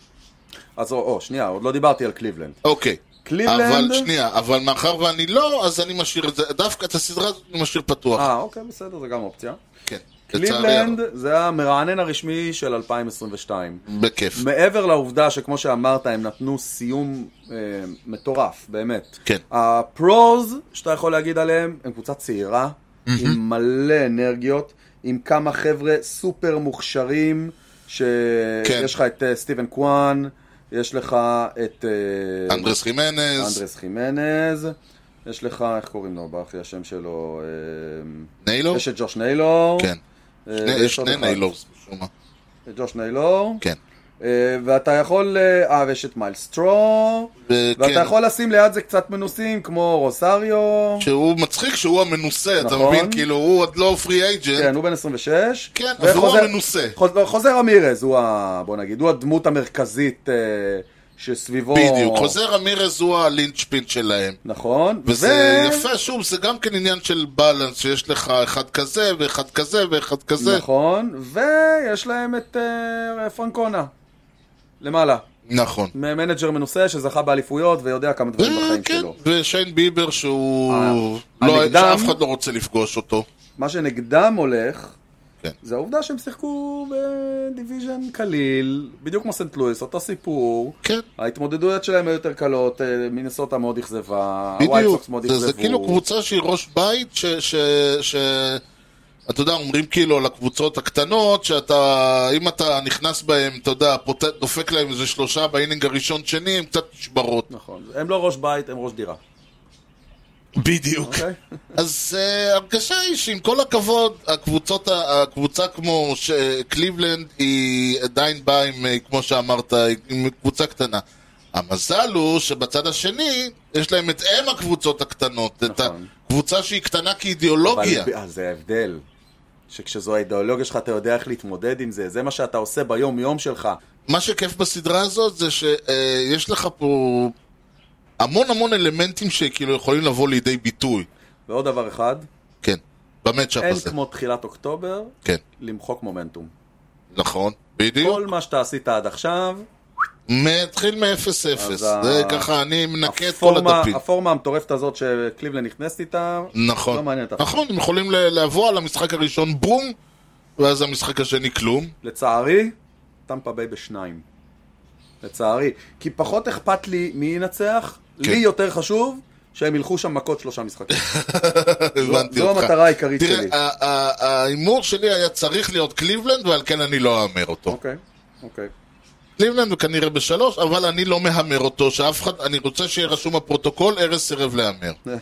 Speaker 2: אז או, או, שנייה, עוד לא דיברתי על קליבלנד.
Speaker 1: אוקיי.
Speaker 2: קליבלנד?
Speaker 1: אבל שנייה, אבל מאחר ואני לא, אז אני משאיר את זה, דווקא את הסדרה הזאת אני משאיר פתוח.
Speaker 2: אה, אוקיי, בסדר, זה גם אופציה.
Speaker 1: כן. לצערי הרב.
Speaker 2: קליבלנד זה המרענן הרשמי של 2022.
Speaker 1: בכיף.
Speaker 2: מעבר לעובדה שכמו שאמרת, הם נתנו סיום אה, מטורף, באמת.
Speaker 1: כן.
Speaker 2: הפרוז, שאתה יכול להגיד עליהם, הם קבוצה צעירה, עם מלא אנרגיות, עם כמה חבר'ה סופר מוכשרים, שיש
Speaker 1: כן.
Speaker 2: כן. לך את אה, סטיבן קוואן, יש לך את... אה,
Speaker 1: אנדרס חימנז,
Speaker 2: אנדרס חימנז, יש לך, איך קוראים לו, ברח לי השם שלו, אה,
Speaker 1: ניילור?
Speaker 2: יש את ג'וש ניילור.
Speaker 1: כן.
Speaker 2: אה,
Speaker 1: שני-
Speaker 2: ויש
Speaker 1: יש
Speaker 2: עוד
Speaker 1: שני
Speaker 2: אחד.
Speaker 1: ניילורס משום מה.
Speaker 2: את ג'וש ניילור.
Speaker 1: כן.
Speaker 2: אה, ואתה יכול, אה, אה, ויש את מייל סטרו, ואתה
Speaker 1: כן.
Speaker 2: יכול לשים ליד זה קצת מנוסים, כמו רוסריו,
Speaker 1: שהוא מצחיק שהוא המנוסה, אתה
Speaker 2: נכון.
Speaker 1: מבין? כאילו, הוא עוד לא פרי אייג'נט.
Speaker 2: כן, הוא בן 26.
Speaker 1: כן, אז הוא
Speaker 2: וחוזר-
Speaker 1: המנוסה.
Speaker 2: חוז- לא, חוזר אמירז, הוא ה... בוא נגיד, הוא הדמות המרכזית אה, שסביבו...
Speaker 1: בדיוק. חוזר אמירז הוא הלינצ'פין שלהם.
Speaker 2: נכון.
Speaker 1: וזה
Speaker 2: ו-
Speaker 1: יפה, שוב, זה גם כן עניין של בלנס, שיש לך אחד כזה ואחד כזה ואחד כזה.
Speaker 2: נכון, ויש להם את אה, פרנקונה. למעלה.
Speaker 1: נכון.
Speaker 2: מנג'ר מנוסה שזכה באליפויות ויודע כמה דברים בחיים
Speaker 1: כן,
Speaker 2: שלו.
Speaker 1: ושיין ביבר שהוא...
Speaker 2: אה,
Speaker 1: לא,
Speaker 2: הנגדם?
Speaker 1: שאף אחד לא רוצה לפגוש אותו.
Speaker 2: מה שנגדם הולך,
Speaker 1: כן.
Speaker 2: זה העובדה שהם שיחקו בדיוויז'ן קליל, בדיוק כמו סנט לואיס, אותו סיפור.
Speaker 1: כן.
Speaker 2: ההתמודדויות שלהם היו יותר קלות, אה, מינסוטה מאוד אכזבה, הווייט
Speaker 1: בדיוק,
Speaker 2: סוקס מאוד
Speaker 1: זה,
Speaker 2: אכזבו.
Speaker 1: זה כאילו קבוצה שהיא ראש בית, ש, ש, ש... אתה יודע, אומרים כאילו לקבוצות הקטנות, שאתה, אם אתה נכנס בהם, אתה יודע, פות... דופק להם איזה שלושה באינינג הראשון-שני, הם קצת נשברות.
Speaker 2: נכון, הם לא ראש בית, הם ראש דירה.
Speaker 1: בדיוק.
Speaker 2: אוקיי?
Speaker 1: אז אה, הרגשה היא שעם כל הכבוד, הקבוצות, ה- הקבוצה כמו ש- קליבלנד היא עדיין באה עם, אה, כמו שאמרת, עם קבוצה קטנה. המזל הוא שבצד השני, יש להם את אם הקבוצות הקטנות, את
Speaker 2: נכון.
Speaker 1: הקבוצה שהיא קטנה
Speaker 2: אבל
Speaker 1: כאידיאולוגיה.
Speaker 2: ב- אה, זה ההבדל. שכשזו האידיאולוגיה שלך, אתה יודע איך להתמודד עם זה, זה מה שאתה עושה ביום-יום שלך.
Speaker 1: מה שכיף בסדרה הזאת זה שיש לך פה המון המון אלמנטים שכאילו יכולים לבוא לידי ביטוי.
Speaker 2: ועוד דבר אחד,
Speaker 1: כן, במצ'אפ
Speaker 2: אין
Speaker 1: הזה.
Speaker 2: כמו תחילת אוקטובר
Speaker 1: כן,
Speaker 2: למחוק מומנטום.
Speaker 1: נכון, בדיוק.
Speaker 2: כל מה שאתה עשית עד עכשיו,
Speaker 1: מתחיל מ-0-0.
Speaker 2: אז
Speaker 1: זה
Speaker 2: ה-
Speaker 1: ככה, אני מנקה את כל
Speaker 2: הפורמה,
Speaker 1: הדפים.
Speaker 2: הפורמה המטורפת הזאת שקליבלן נכנסת איתה, לא
Speaker 1: נכון,
Speaker 2: מעניין את אף אחד.
Speaker 1: נכון, הם יכולים ל- לבוא על המשחק הראשון בום, ואז המשחק השני כלום.
Speaker 2: לא- לצערי, טמפה ביי בשניים. לצערי. כי פחות אכפת לי מי ינצח,
Speaker 1: כן.
Speaker 2: לי יותר חשוב שהם ילכו שם מכות שלושה משחקים.
Speaker 1: הבנתי
Speaker 2: זו
Speaker 1: אותך.
Speaker 2: לא המטרה העיקרית
Speaker 1: תראה, אה,
Speaker 2: שלי.
Speaker 1: ה- ה- ההימור שלי היה צריך להיות קליבלנד, ועל כן אני לא אאמר אותו.
Speaker 2: אוקיי, אוקיי.
Speaker 1: קליבלנד הוא כנראה בשלוש, אבל אני לא מהמר אותו, שאף אחד, אני רוצה שיהיה רשום בפרוטוקול, ארז
Speaker 2: *laughs*
Speaker 1: סירב להמר.
Speaker 2: אה,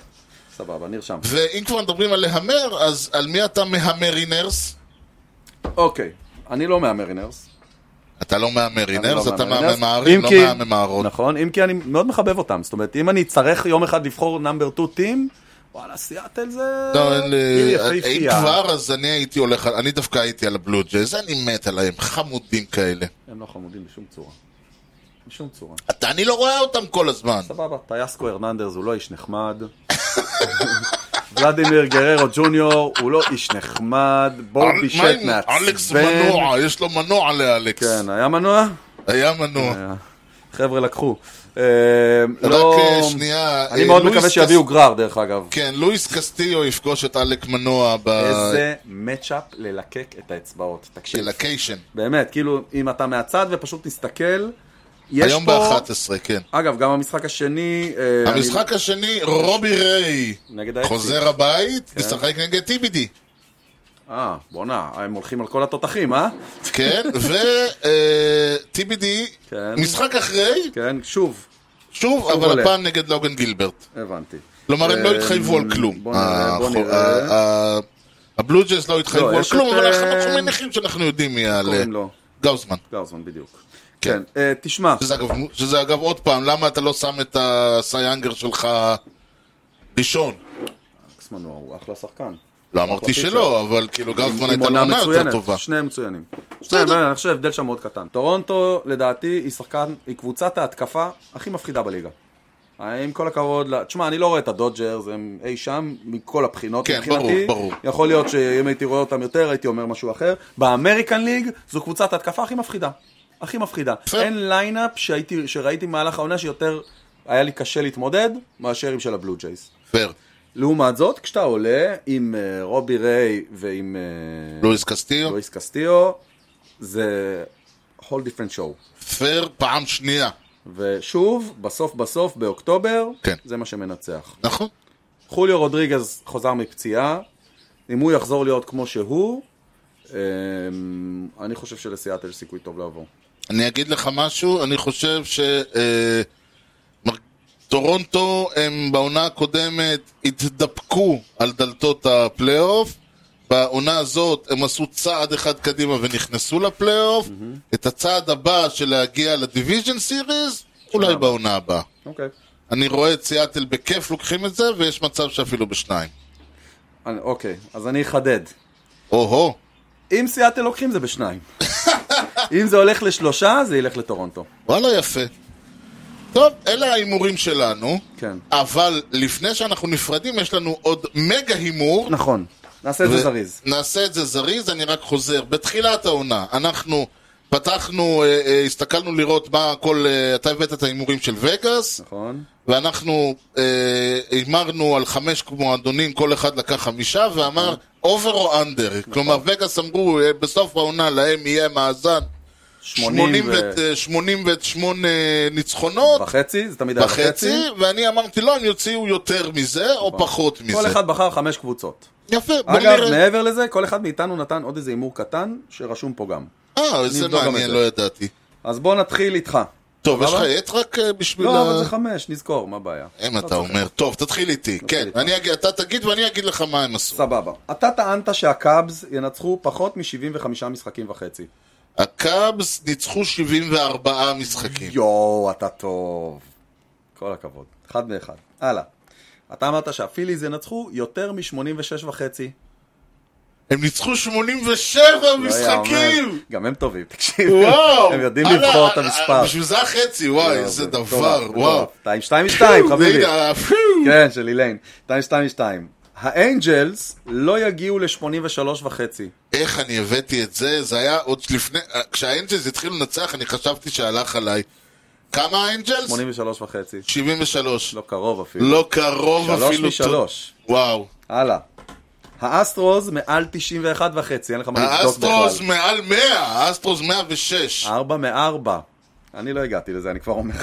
Speaker 2: סבבה, נרשם.
Speaker 1: ואם כבר מדברים על להמר, אז על מי אתה מהמר אינרס?
Speaker 2: אוקיי, אני לא מהמרינרס.
Speaker 1: אתה לא מהמר אינרס,
Speaker 2: לא
Speaker 1: אתה
Speaker 2: מהמר
Speaker 1: מהמר
Speaker 2: אינרס.
Speaker 1: מהרים,
Speaker 2: אם
Speaker 1: לא
Speaker 2: כי-
Speaker 1: מהממהרות.
Speaker 2: נכון, אם כי אני מאוד מחבב אותם. זאת אומרת, אם אני אצטרך יום אחד לבחור נאמבר 2 טים, וואלה, סיאטל זה...
Speaker 1: לא, אין לי...
Speaker 2: עיר
Speaker 1: אם
Speaker 2: יפהפייה.
Speaker 1: כבר, אז אני הייתי הולך, על- אני דווקא הייתי על הבלו ג'ייז, אני מת עליהם, חמודים כאלה.
Speaker 2: הם לא חמודים בשום צורה. בשום צורה.
Speaker 1: אתה, אני לא רואה אותם כל הזמן.
Speaker 2: סבבה, טייסקו הרננדרס הוא לא איש
Speaker 1: *laughs*
Speaker 2: נחמד. ולדימיר גררו ג'וניור הוא לא איש נחמד. בוב
Speaker 1: אל- מה
Speaker 2: לא בישט
Speaker 1: עם אלכס
Speaker 2: מעצבן.
Speaker 1: מנוע, יש לו מנוע לאלכס.
Speaker 2: כן, היה מנוע?
Speaker 1: היה מנוע.
Speaker 2: היה. חבר'ה לקחו. אה, לא...
Speaker 1: רק אה, שנייה...
Speaker 2: אני
Speaker 1: אה,
Speaker 2: מאוד
Speaker 1: לואיס
Speaker 2: מקווה שיביאו גרר דרך אגב.
Speaker 1: כן, לואיס קסטיו יפגוש את אלק מנוע ב...
Speaker 2: איזה מצ'אפ ללקק את האצבעות. תקשיב.
Speaker 1: בלקיישן.
Speaker 2: באמת, כאילו, אם אתה מהצד ופשוט תסתכל, יש
Speaker 1: היום
Speaker 2: פה...
Speaker 1: ב-11, כן.
Speaker 2: אגב, גם המשחק השני... אה, אני-
Speaker 1: המשחק השני, רובי ריי
Speaker 2: נגד כן. האקסיט.
Speaker 1: חוזר הבית, משחק נגד טיבידי.
Speaker 2: אה, בואנה, הם הולכים על כל התותחים, אה? *laughs*
Speaker 1: כן, אה, וטיבידי,
Speaker 2: כן.
Speaker 1: משחק אחרי,
Speaker 2: כן, שוב,
Speaker 1: שוב,
Speaker 2: שוב
Speaker 1: אבל
Speaker 2: עולה.
Speaker 1: הפעם נגד לוגן גילברט.
Speaker 2: הבנתי.
Speaker 1: כלומר, הם לא
Speaker 2: אמ,
Speaker 1: התחייבו על כלום. אה,
Speaker 2: בוא נראה, בוא
Speaker 1: ה-
Speaker 2: נראה.
Speaker 1: ה- ה- אה, הבלו ג'ייז לא התחייבו
Speaker 2: לא,
Speaker 1: על
Speaker 2: יש
Speaker 1: כלום,
Speaker 2: את,
Speaker 1: אבל
Speaker 2: אה,
Speaker 1: אנחנו מניחים שאנחנו יודעים מי יעלה.
Speaker 2: קוראים לו?
Speaker 1: גאוזמן.
Speaker 2: גרזמן, בדיוק.
Speaker 1: אה, כן.
Speaker 2: כן, אה, תשמע,
Speaker 1: שזה אגב, שזה אגב עוד פעם, למה אתה לא שם את הסייאנגר שלך ראשון?
Speaker 2: אקסמן הוא אחלה שחקן.
Speaker 1: לא אמרתי שלא, אבל כאילו גרפמן הייתה
Speaker 2: עם
Speaker 1: עונה יותר טובה.
Speaker 2: שניהם מצוינים. שניהם, אני חושב הבדל שם מאוד קטן. טורונטו, לדעתי, היא שחקן, היא קבוצת ההתקפה הכי מפחידה בליגה. אה, עם כל הכבוד, ל- תשמע, אני לא רואה את הדודג'רס, הם אי שם, מכל הבחינות
Speaker 1: כן,
Speaker 2: מבחינתי.
Speaker 1: ברור, ברור.
Speaker 2: יכול להיות שאם הייתי רואה אותם יותר, הייתי אומר משהו אחר. באמריקן ליג, זו קבוצת ההתקפה הכי מפחידה. הכי מפחידה.
Speaker 1: בסדר.
Speaker 2: אין ליינאפ שהייתי, שראיתי במהלך העונה שיותר היה לי קשה להתמודד, מאשר עם של הבלו ג'ייס.
Speaker 1: פייר.
Speaker 2: לעומת זאת, כשאתה עולה עם אה, רובי ריי ועם אה,
Speaker 1: לואיס קסטיו,
Speaker 2: לואיס קסטיו, זה whole different show.
Speaker 1: פייר פעם שנייה.
Speaker 2: ושוב, בסוף בסוף, באוקטובר,
Speaker 1: כן.
Speaker 2: זה מה שמנצח.
Speaker 1: נכון.
Speaker 2: חוליו רודריגז חוזר מפציעה, אם הוא יחזור להיות כמו שהוא, אה, אני חושב שלסיאטל יש סיכוי טוב לעבור.
Speaker 1: אני אגיד לך משהו, אני חושב ש... אה, מר- טורונטו הם בעונה הקודמת התדפקו על דלתות הפלייאוף, בעונה הזאת הם עשו צעד אחד קדימה ונכנסו לפלייאוף, את הצעד הבא של להגיע לדיוויז'ן סיריס, אולי בעונה הבאה.
Speaker 2: אוקיי.
Speaker 1: אני רואה את סיאטל בכיף לוקחים את זה, ויש מצב שאפילו בשניים.
Speaker 2: אני- אוקיי, אז אני אחדד.
Speaker 1: או-הו,
Speaker 2: אם סיאטל לוקחים זה בשניים. *laughs* אם זה הולך לשלושה, זה ילך לטורונטו.
Speaker 1: וואלה יפה. טוב, אלה ההימורים שלנו.
Speaker 2: כן.
Speaker 1: אבל לפני שאנחנו נפרדים, יש לנו עוד מגה הימור.
Speaker 2: נכון. נעשה את זה
Speaker 1: ו-
Speaker 2: זריז.
Speaker 1: נעשה את זה זריז, אני רק חוזר. בתחילת העונה, אנחנו פתחנו, אה, אה, הסתכלנו לראות מה הכל, אה, אתה הבאת את ההימורים של וגאס,
Speaker 2: נכון.
Speaker 1: ואנחנו אה, הימרנו על חמש מועדונים, כל אחד לקח חמישה, ואמר
Speaker 2: נכון.
Speaker 1: אובר או אנדר. כלומר, וגאס אמרו, אה, בסוף העונה להם יהיה מאזן
Speaker 2: 80 ו-
Speaker 1: 88 ניצחונות.
Speaker 2: וחצי, זה תמיד היה
Speaker 1: בחצי, ואני אמרתי לא, הם יוציאו יותר מזה או פחות מזה.
Speaker 2: כל אחד בחר חמש קבוצות.
Speaker 1: יפה, בוא
Speaker 2: אגב,
Speaker 1: נראה.
Speaker 2: מעבר לזה, כל אחד מאיתנו נתן עוד איזה הימור קטן, שרשום פה גם.
Speaker 1: אה, איזה
Speaker 2: נבדוק גם את
Speaker 1: מעניין,
Speaker 2: זה.
Speaker 1: לא ידעתי.
Speaker 2: אז בוא נתחיל איתך.
Speaker 1: טוב, יש לך
Speaker 2: סבבה?
Speaker 1: עט רק אה, בשביל
Speaker 2: לא,
Speaker 1: ה...
Speaker 2: אבל זה לא חמש, נזכור, מה הבעיה.
Speaker 1: אם אתה אומר. טוב, תתחיל איתי. כן,
Speaker 2: איתך.
Speaker 1: אני אגיד- אתה תגיד ואני אגיד לך מה הם עשו.
Speaker 2: סבבה. אתה טענת שהקאבס ינצחו פחות מ-75 משחקים וחצי.
Speaker 1: הקאבס ניצחו 74 משחקים.
Speaker 2: יואו, אתה טוב. כל הכבוד. אחד מאחד. הלאה. אתה אמרת שהפיליז ינצחו יותר מ-86 וחצי.
Speaker 1: הם ניצחו 87
Speaker 2: לא היה
Speaker 1: משחקים!
Speaker 2: אומר. גם הם טובים, תקשיב.
Speaker 1: וואו!
Speaker 2: הם יודעים
Speaker 1: הלאה,
Speaker 2: לבחור את
Speaker 1: אה, אה,
Speaker 2: המספר. לא,
Speaker 1: בשביל זה החצי, וואי, איזה דבר, וואו.
Speaker 2: 2 2
Speaker 1: *laughs*
Speaker 2: 2 חביבי.
Speaker 1: והנה, פיו.
Speaker 2: כן, של אילן. 2 2 2. האנג'לס לא יגיעו ל-83 וחצי.
Speaker 1: איך אני הבאתי את זה, זה היה עוד לפני, כשהאנג'לס התחילו לנצח אני חשבתי שהלך עליי. כמה האנג'לס?
Speaker 2: 83 וחצי.
Speaker 1: 73.
Speaker 2: לא קרוב אפילו.
Speaker 1: לא קרוב
Speaker 2: שלוש
Speaker 1: אפילו.
Speaker 2: משלוש.
Speaker 1: טוב. וואו.
Speaker 2: הלאה. האסטרוז מעל 91 וחצי, אין לך מה לבדוק בכלל.
Speaker 1: האסטרוס מעל 100, האסטרוס 106.
Speaker 2: 4 מ-4. אני לא הגעתי לזה, אני כבר
Speaker 1: *laughs*
Speaker 2: אומר.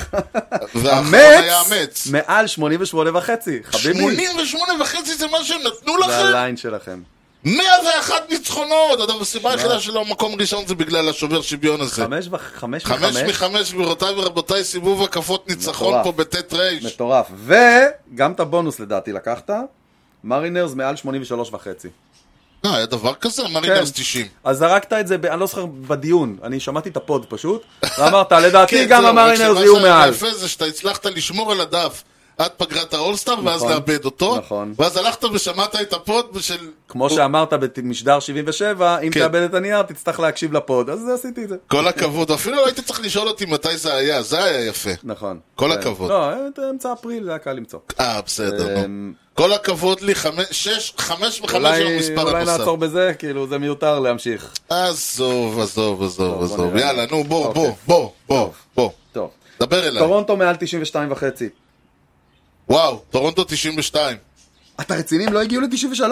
Speaker 1: והאחרון היה
Speaker 2: המץ
Speaker 1: אמץ.
Speaker 2: מעל 88 וחצי. חביבי,
Speaker 1: 88 וחצי זה מה שהם נתנו
Speaker 2: זה
Speaker 1: לכם?
Speaker 2: הליין שלכם.
Speaker 1: 101 ניצחונות! אדם, הסיבה היחידה שלא מקום ראשון זה בגלל השובר שוויון הזה.
Speaker 2: חמש ו- חמש
Speaker 1: חמש
Speaker 2: וחמש.
Speaker 1: מחמש, גבירותיי ורבותיי, סיבוב הקפות ניצחון
Speaker 2: מטורף.
Speaker 1: פה בטית רייש.
Speaker 2: מטורף. וגם את הבונוס לדעתי לקחת. מרינרס מעל 83 וחצי.
Speaker 1: אה, היה דבר כזה?
Speaker 2: כן.
Speaker 1: מרינרס 90.
Speaker 2: אז זרקת את זה, ב- אני לא זוכר בדיון, אני שמעתי את הפוד
Speaker 1: *laughs*
Speaker 2: פשוט, ואמרת, לדעתי
Speaker 1: כן,
Speaker 2: גם
Speaker 1: זהו,
Speaker 2: המרינרס
Speaker 1: וכשמה
Speaker 2: יהיו
Speaker 1: שהיה
Speaker 2: מעל.
Speaker 1: יפה זה שאתה הצלחת לשמור על הדף עד פגרת האולסטאר, ואז
Speaker 2: נכון,
Speaker 1: לאבד אותו.
Speaker 2: נכון.
Speaker 1: ואז הלכת ושמעת את הפוד של...
Speaker 2: כמו שאמרת במשדר 77, אם
Speaker 1: כן.
Speaker 2: תאבד את הנייר, תצטרך להקשיב לפוד. אז עשיתי את זה.
Speaker 1: כל הכבוד, אפילו לא היית צריך לשאול אותי מתי זה היה, זה היה יפה.
Speaker 2: נכון.
Speaker 1: כל
Speaker 2: כן.
Speaker 1: הכבוד.
Speaker 2: לא, את אמצע אפריל זה היה קל למצוא.
Speaker 1: אה, בסדר, נו.
Speaker 2: אמ,
Speaker 1: כל הכבוד לי, חמש, שש, חמש וחמש
Speaker 2: אולי
Speaker 1: זה המספר
Speaker 2: אולי
Speaker 1: הנוסף.
Speaker 2: נעצור בזה, כאילו, זה מיותר להמשיך.
Speaker 1: עזוב, עזוב, עזוב,
Speaker 2: בוא
Speaker 1: עזוב.
Speaker 2: נראה.
Speaker 1: יאללה, נו, בוא,
Speaker 2: אוקיי.
Speaker 1: בוא, בוא, בוא, בוא.
Speaker 2: טוב.
Speaker 1: דבר אליי.
Speaker 2: טורונטו מעל 92 וחצי.
Speaker 1: וואו, טורונטו 92.
Speaker 2: אתה רציני? הם לא הגיעו ל-93?
Speaker 1: לא,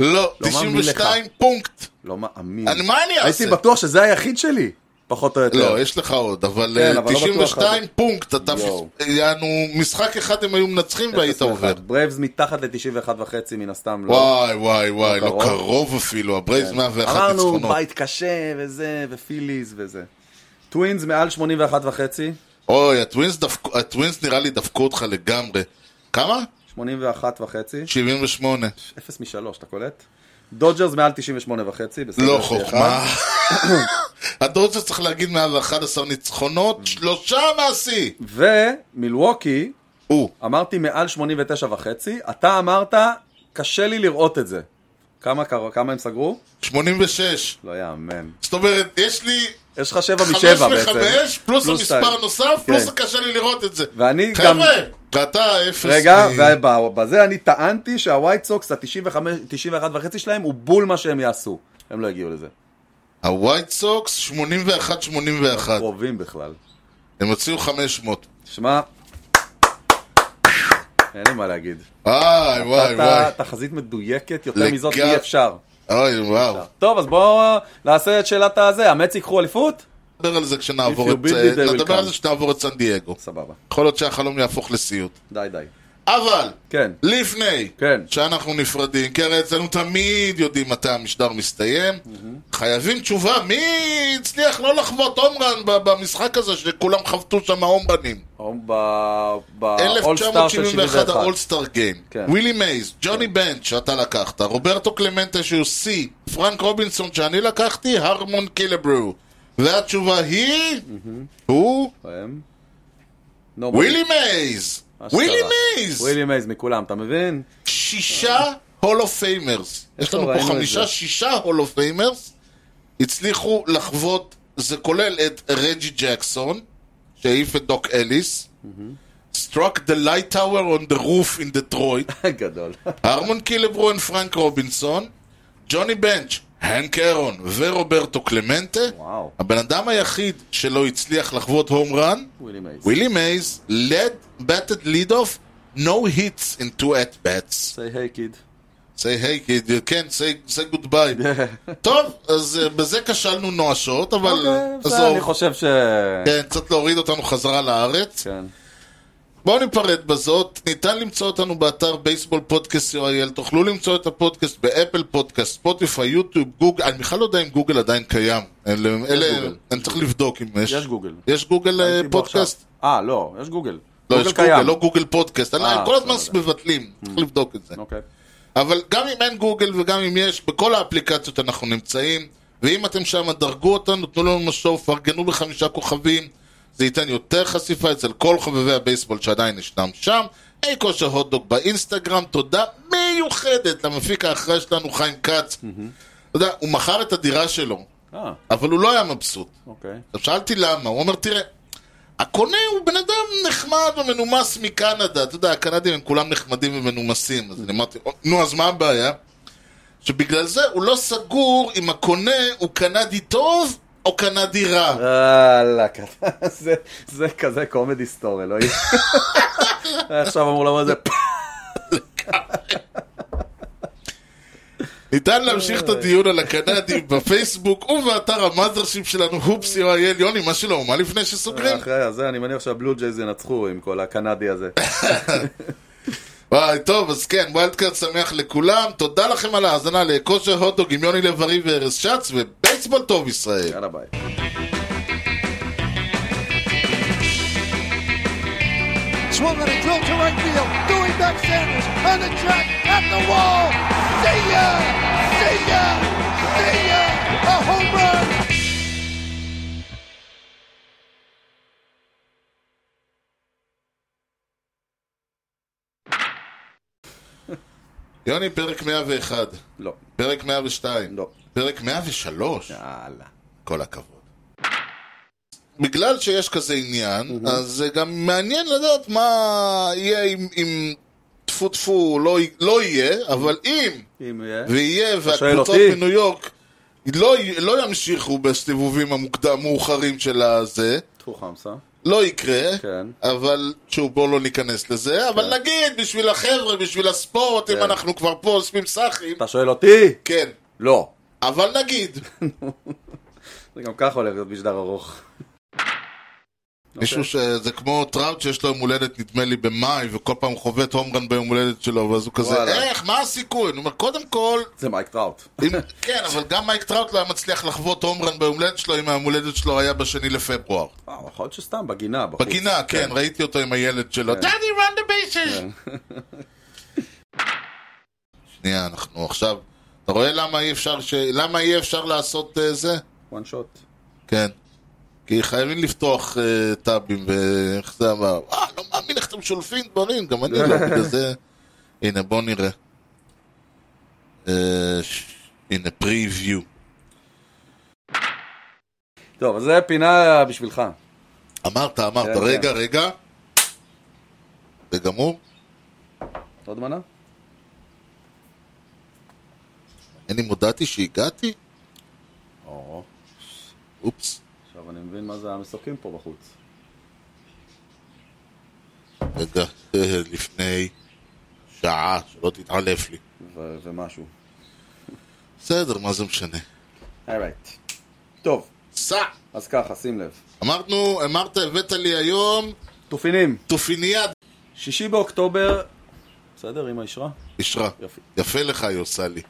Speaker 2: לא מאמין לך.
Speaker 1: 92 פונקט.
Speaker 2: לא מאמין.
Speaker 1: אני- מה אני אעשה?
Speaker 2: הייתי בטוח שזה היחיד שלי, פחות או יותר.
Speaker 1: לא, יש לך עוד, אבל
Speaker 2: כן,
Speaker 1: אה,
Speaker 2: אבל לא בטוח
Speaker 1: 92
Speaker 2: אבל.
Speaker 1: פונקט, אתה
Speaker 2: יואו.
Speaker 1: פס- יענו, משחק אחד הם היו מנצחים והיית עובר.
Speaker 2: ברייבס מתחת ל-91 וחצי מן הסתם, לא.
Speaker 1: וואי, וואי, וואי, לא
Speaker 2: קרוב. כן.
Speaker 1: קרוב אפילו, הברייז 101
Speaker 2: אמרנו,
Speaker 1: ניצחונות.
Speaker 2: בית קשה וזה, ופיליז וזה. טווינס מעל 81 וחצי.
Speaker 1: אוי, הטווינס דפקו- הטווינס נראה לי דפקו אותך לגמרי. כמה?
Speaker 2: 81 וחצי.
Speaker 1: 78.
Speaker 2: 0 מ-3, אתה קולט? דודג'רס מעל 98 וחצי, בסדר.
Speaker 1: לא
Speaker 2: יש לי
Speaker 1: חוכמה. *coughs*
Speaker 2: אחד.
Speaker 1: הדודג'רס צריך להגיד 111 ניצחונות, שלושה מהשיא.
Speaker 2: ומילווקי,
Speaker 1: הוא.
Speaker 2: אמרתי מעל 89 וחצי, אתה אמרת, קשה לי לראות את זה. כמה קר- כמה הם סגרו?
Speaker 1: 86.
Speaker 2: לא יאמן.
Speaker 1: זאת אומרת, יש לי
Speaker 2: יש לך שבע
Speaker 1: חמש
Speaker 2: משבע בעצם.
Speaker 1: וחמש, פלוס
Speaker 2: פלוס
Speaker 1: המספר
Speaker 2: שתיים.
Speaker 1: הנוסף, פלוס
Speaker 2: כן.
Speaker 1: קשה לי לראות את זה.
Speaker 2: ואני גם...
Speaker 1: חבר'ה, ואתה אפס.
Speaker 2: רגע,
Speaker 1: מ-
Speaker 2: ובזה אני טענתי שהווייט סוקס, ה-91.5 שלהם, הוא בול מה שהם יעשו. הם לא הגיעו לזה.
Speaker 1: הווייט סוקס 81-81.
Speaker 2: קרובים בכלל.
Speaker 1: הם הוציאו 500.
Speaker 2: שמע, אין לי מה להגיד.
Speaker 1: איי, וואי,
Speaker 2: אתה
Speaker 1: וואי.
Speaker 2: תחזית מדויקת יותר
Speaker 1: לג-
Speaker 2: מזאת אי אפשר.
Speaker 1: אוי, וואו.
Speaker 2: טוב, אז בואו נעשה את שאלת הזה. המץ ייקחו אליפות?
Speaker 1: נדבר על זה
Speaker 2: If
Speaker 1: כשנעבור
Speaker 2: you
Speaker 1: את... אה,
Speaker 2: build it, they will
Speaker 1: נדבר על
Speaker 2: come.
Speaker 1: זה כשנעבור את סן דייגו.
Speaker 2: סבבה.
Speaker 1: יכול להיות שהחלום יהפוך לסיוט.
Speaker 2: די, די.
Speaker 1: אבל,
Speaker 2: כן.
Speaker 1: לפני
Speaker 2: כן.
Speaker 1: שאנחנו נפרדים, כי הרי אצלנו תמיד יודעים מתי המשדר מסתיים, חייבים תשובה מי הצליח לא לחוות הומרן ב- במשחק הזה שכולם חבטו שם הומרנים.
Speaker 2: ב-all-star של
Speaker 1: 1971
Speaker 2: 71.
Speaker 1: האולסטאר גיים.
Speaker 2: כן.
Speaker 1: ווילי מייז, ג'וני בנץ' שאתה לקחת, רוברטו קלמנטה שהוא שיא, פרנק רובינסון שאני לקחתי, הרמון קילברו. והתשובה היא... הוא
Speaker 2: הם? נורמלי.
Speaker 1: ווילי מייז!
Speaker 2: אשכרה.
Speaker 1: ווילי מייז!
Speaker 2: ווילי מייז מכולם, אתה מבין? *laughs*
Speaker 1: שישה הולו פיימרס. יש לנו
Speaker 2: איפה
Speaker 1: פה
Speaker 2: ראינו את
Speaker 1: חמישה,
Speaker 2: זה?
Speaker 1: שישה הולו פיימרס הצליחו לחוות, זה כולל את רג'י ג'קסון, שהעיף את דוק אליס, struck the light tower on the roof in Detroit,
Speaker 2: גדול.
Speaker 1: הרמון קילברון, פרנק רובינסון, ג'וני בנץ', הנק אירון ורוברטו קלמנטה.
Speaker 2: וואו.
Speaker 1: הבן אדם היחיד שלא הצליח לחוות הום רן,
Speaker 2: ווילי מייז.
Speaker 1: ווילי מייז, led, batted lead off, no hits in two at bats.
Speaker 2: say hey kid.
Speaker 1: say hey, kid, כן, say, say
Speaker 2: *laughs*
Speaker 1: goodbye. טוב, אז אה, בזה כשלנו נואשות, אבל
Speaker 2: אוקיי,
Speaker 1: אה,
Speaker 2: בסדר, אני חושב ש...
Speaker 1: כן, קצת להוריד אותנו חזרה לארץ.
Speaker 2: כן.
Speaker 1: בואו ניפרד בזאת, ניתן למצוא אותנו באתר בייסבול פודקאסט co.il, תוכלו למצוא את הפודקאסט באפל פודקאסט, ספוטיפיי, יוטיוב, גוגל, אני בכלל לא יודע אם גוגל עדיין קיים. אלה, אלה-
Speaker 2: גוגל.
Speaker 1: אני צריך לבדוק אם יש.
Speaker 2: יש גוגל.
Speaker 1: יש גוגל אה,
Speaker 2: הייתי בו
Speaker 1: פודקאסט?
Speaker 2: עכשיו. אה, לא, יש גוגל.
Speaker 1: לא, יש גוגל,
Speaker 2: קיים.
Speaker 1: לא גוגל פודקאסט. אני-
Speaker 2: אה,
Speaker 1: כל הזמן
Speaker 2: בסדר.
Speaker 1: מבטלים, צריך לבדוק את זה.
Speaker 2: אוקיי.
Speaker 1: אבל גם אם אין גוגל וגם אם יש, בכל האפליקציות אנחנו נמצאים, ואם אתם שם, דרגו אותנו, תנו לנו משוב, פרגנו בחמישה כוכבים, זה ייתן יותר חשיפה אצל כל חובבי הבייסבול שעדיין ישנם שם. אי כושר הוטדוג באינסטגרם, תודה מיוחדת למפיק האחראי שלנו, חיים כץ. אתה יודע, הוא מכר את הדירה שלו,
Speaker 2: אה,
Speaker 1: אבל הוא לא היה מבסוט.
Speaker 2: אוקיי.
Speaker 1: עכשיו שאלתי למה, הוא אומר, תראה, הקונה הוא בן אדם נחמד ומנומס מקנדה, אתה יודע, הקנדים הם כולם נחמדים ומנומסים, אז אני אמרתי, "או, נו, אז מה הבעיה? שבגלל זה הוא לא סגור אם הקונה הוא קנדי טוב או קנדי רע.
Speaker 2: וואלה, כ- *laughs* זה- זה כזה קומדי סטורי, *laughs* לא יהיה. עכשיו אמור לבוא *laughs* איזה...
Speaker 1: ניתן להמשיך את הדיון על הקנדים בפייסבוק ובאתר המאזרשים שלנו, הופסי או אייל, יוני, מה שלא, מה לפני שסוגרים?
Speaker 2: אה, אחרי זה, אני מניח שהבלו ג'ייז ינצחו עם כל הקנדי הזה.
Speaker 1: וואי, טוב, אז כן, ווילד קארד שמח לכולם, תודה לכם על ההאזנה לכושר הוטדוג עם יוני לב-ארי וארז שץ, ובייסבול טוב ישראל.
Speaker 2: יאללה ביי.
Speaker 6: Swung on a drill to right field. Doing back Sanders on the track at the wall. See ya! See ya! See ya! A home run!
Speaker 1: יוני, פרק 101,
Speaker 2: לא,
Speaker 1: פרק 102,
Speaker 2: לא.
Speaker 1: פרק 103,
Speaker 2: יאללה.
Speaker 1: כל הכבוד. בגלל שיש כזה עניין, אז זה גם מעניין לדעת מה יהיה אם- אם טפו טפו לא י- לא יהיה, אבל אם
Speaker 2: אם יהיה...
Speaker 1: ויהיה והקבוצות
Speaker 2: אותי?
Speaker 1: בניו יורק לא י- לא ימשיכו בסיבובים המוקד- המאוחרים של הזה,
Speaker 2: טפו חמסה.
Speaker 1: לא יקרה,
Speaker 2: כן.
Speaker 1: אבל שוב בואו לא ניכנס לזה, אבל נגיד בשביל החבר'ה, בשביל הספורט, אם
Speaker 2: כן.
Speaker 1: אנחנו כבר פה עושים סאחים,
Speaker 2: אתה שואל אותי?
Speaker 1: כן.
Speaker 2: לא.
Speaker 1: אבל נגיד,
Speaker 2: זה גם ככה הולך להיות משדר ארוך.
Speaker 1: מישהו שזה כמו טראוט שיש לו יום הולדת נדמה לי במאי וכל פעם הוא חובט הומרן ביום הולדת שלו ואז הוא כזה,
Speaker 2: וואלה.
Speaker 1: איך, מה הסיכוי? אני אומר, קודם כל,
Speaker 2: *laughs* זה מייק טראוט.
Speaker 1: אם... כן, אבל גם מייק טראוט לא היה מצליח לחוות הומרן ביום הולדת שלו אם היום הולדת שלו היה בשני לפברואר.
Speaker 2: וואו, יכול להיות שסתם, בגינה, בחוץ.
Speaker 1: בגינה, כן, ראיתי אותו עם הילד שלו, דני run the bases! *laughs* שנייה, אנחנו עכשיו, אתה רואה למה אי אפשר, ש... למה אי אפשר לעשות אה, זה?
Speaker 2: one shot.
Speaker 1: כן. כי חייבים לפתוח אה, טאבים, ואיך זה אמר? אה, לא מאמין
Speaker 2: *laughs*
Speaker 1: איך אתם שולפים דברים, גם אני לא, בגלל זה... הנה, בוא נראה. uh, sh- in a preview.
Speaker 2: טוב, אז זה פינה בשבילך.
Speaker 1: אמרת, אמרת,
Speaker 2: כן,
Speaker 1: רגע,
Speaker 2: כן.
Speaker 1: רגע. זה גמור?
Speaker 2: עוד מנה?
Speaker 1: אין אם הודעתי שהגעתי?
Speaker 2: או,
Speaker 1: אופס.
Speaker 2: עכשיו אני מבין מה זה המסוקים פה בחוץ.
Speaker 1: רגע, *laughs* אה, לפני שעה, שלא תתעלף לי.
Speaker 2: ו- ומשהו.
Speaker 1: בסדר, מה זה משנה?
Speaker 2: איירייט. טוב,
Speaker 1: סע!
Speaker 2: אז ככה, שים לב.
Speaker 1: אמרנו, אמרת, הבאת לי היום
Speaker 2: תופינים.
Speaker 1: תופיניאד.
Speaker 2: שישי באוקטובר... בסדר, אמא אישרה?
Speaker 1: אישרה.
Speaker 2: יופי.
Speaker 1: יפה לך, היא עושה לי.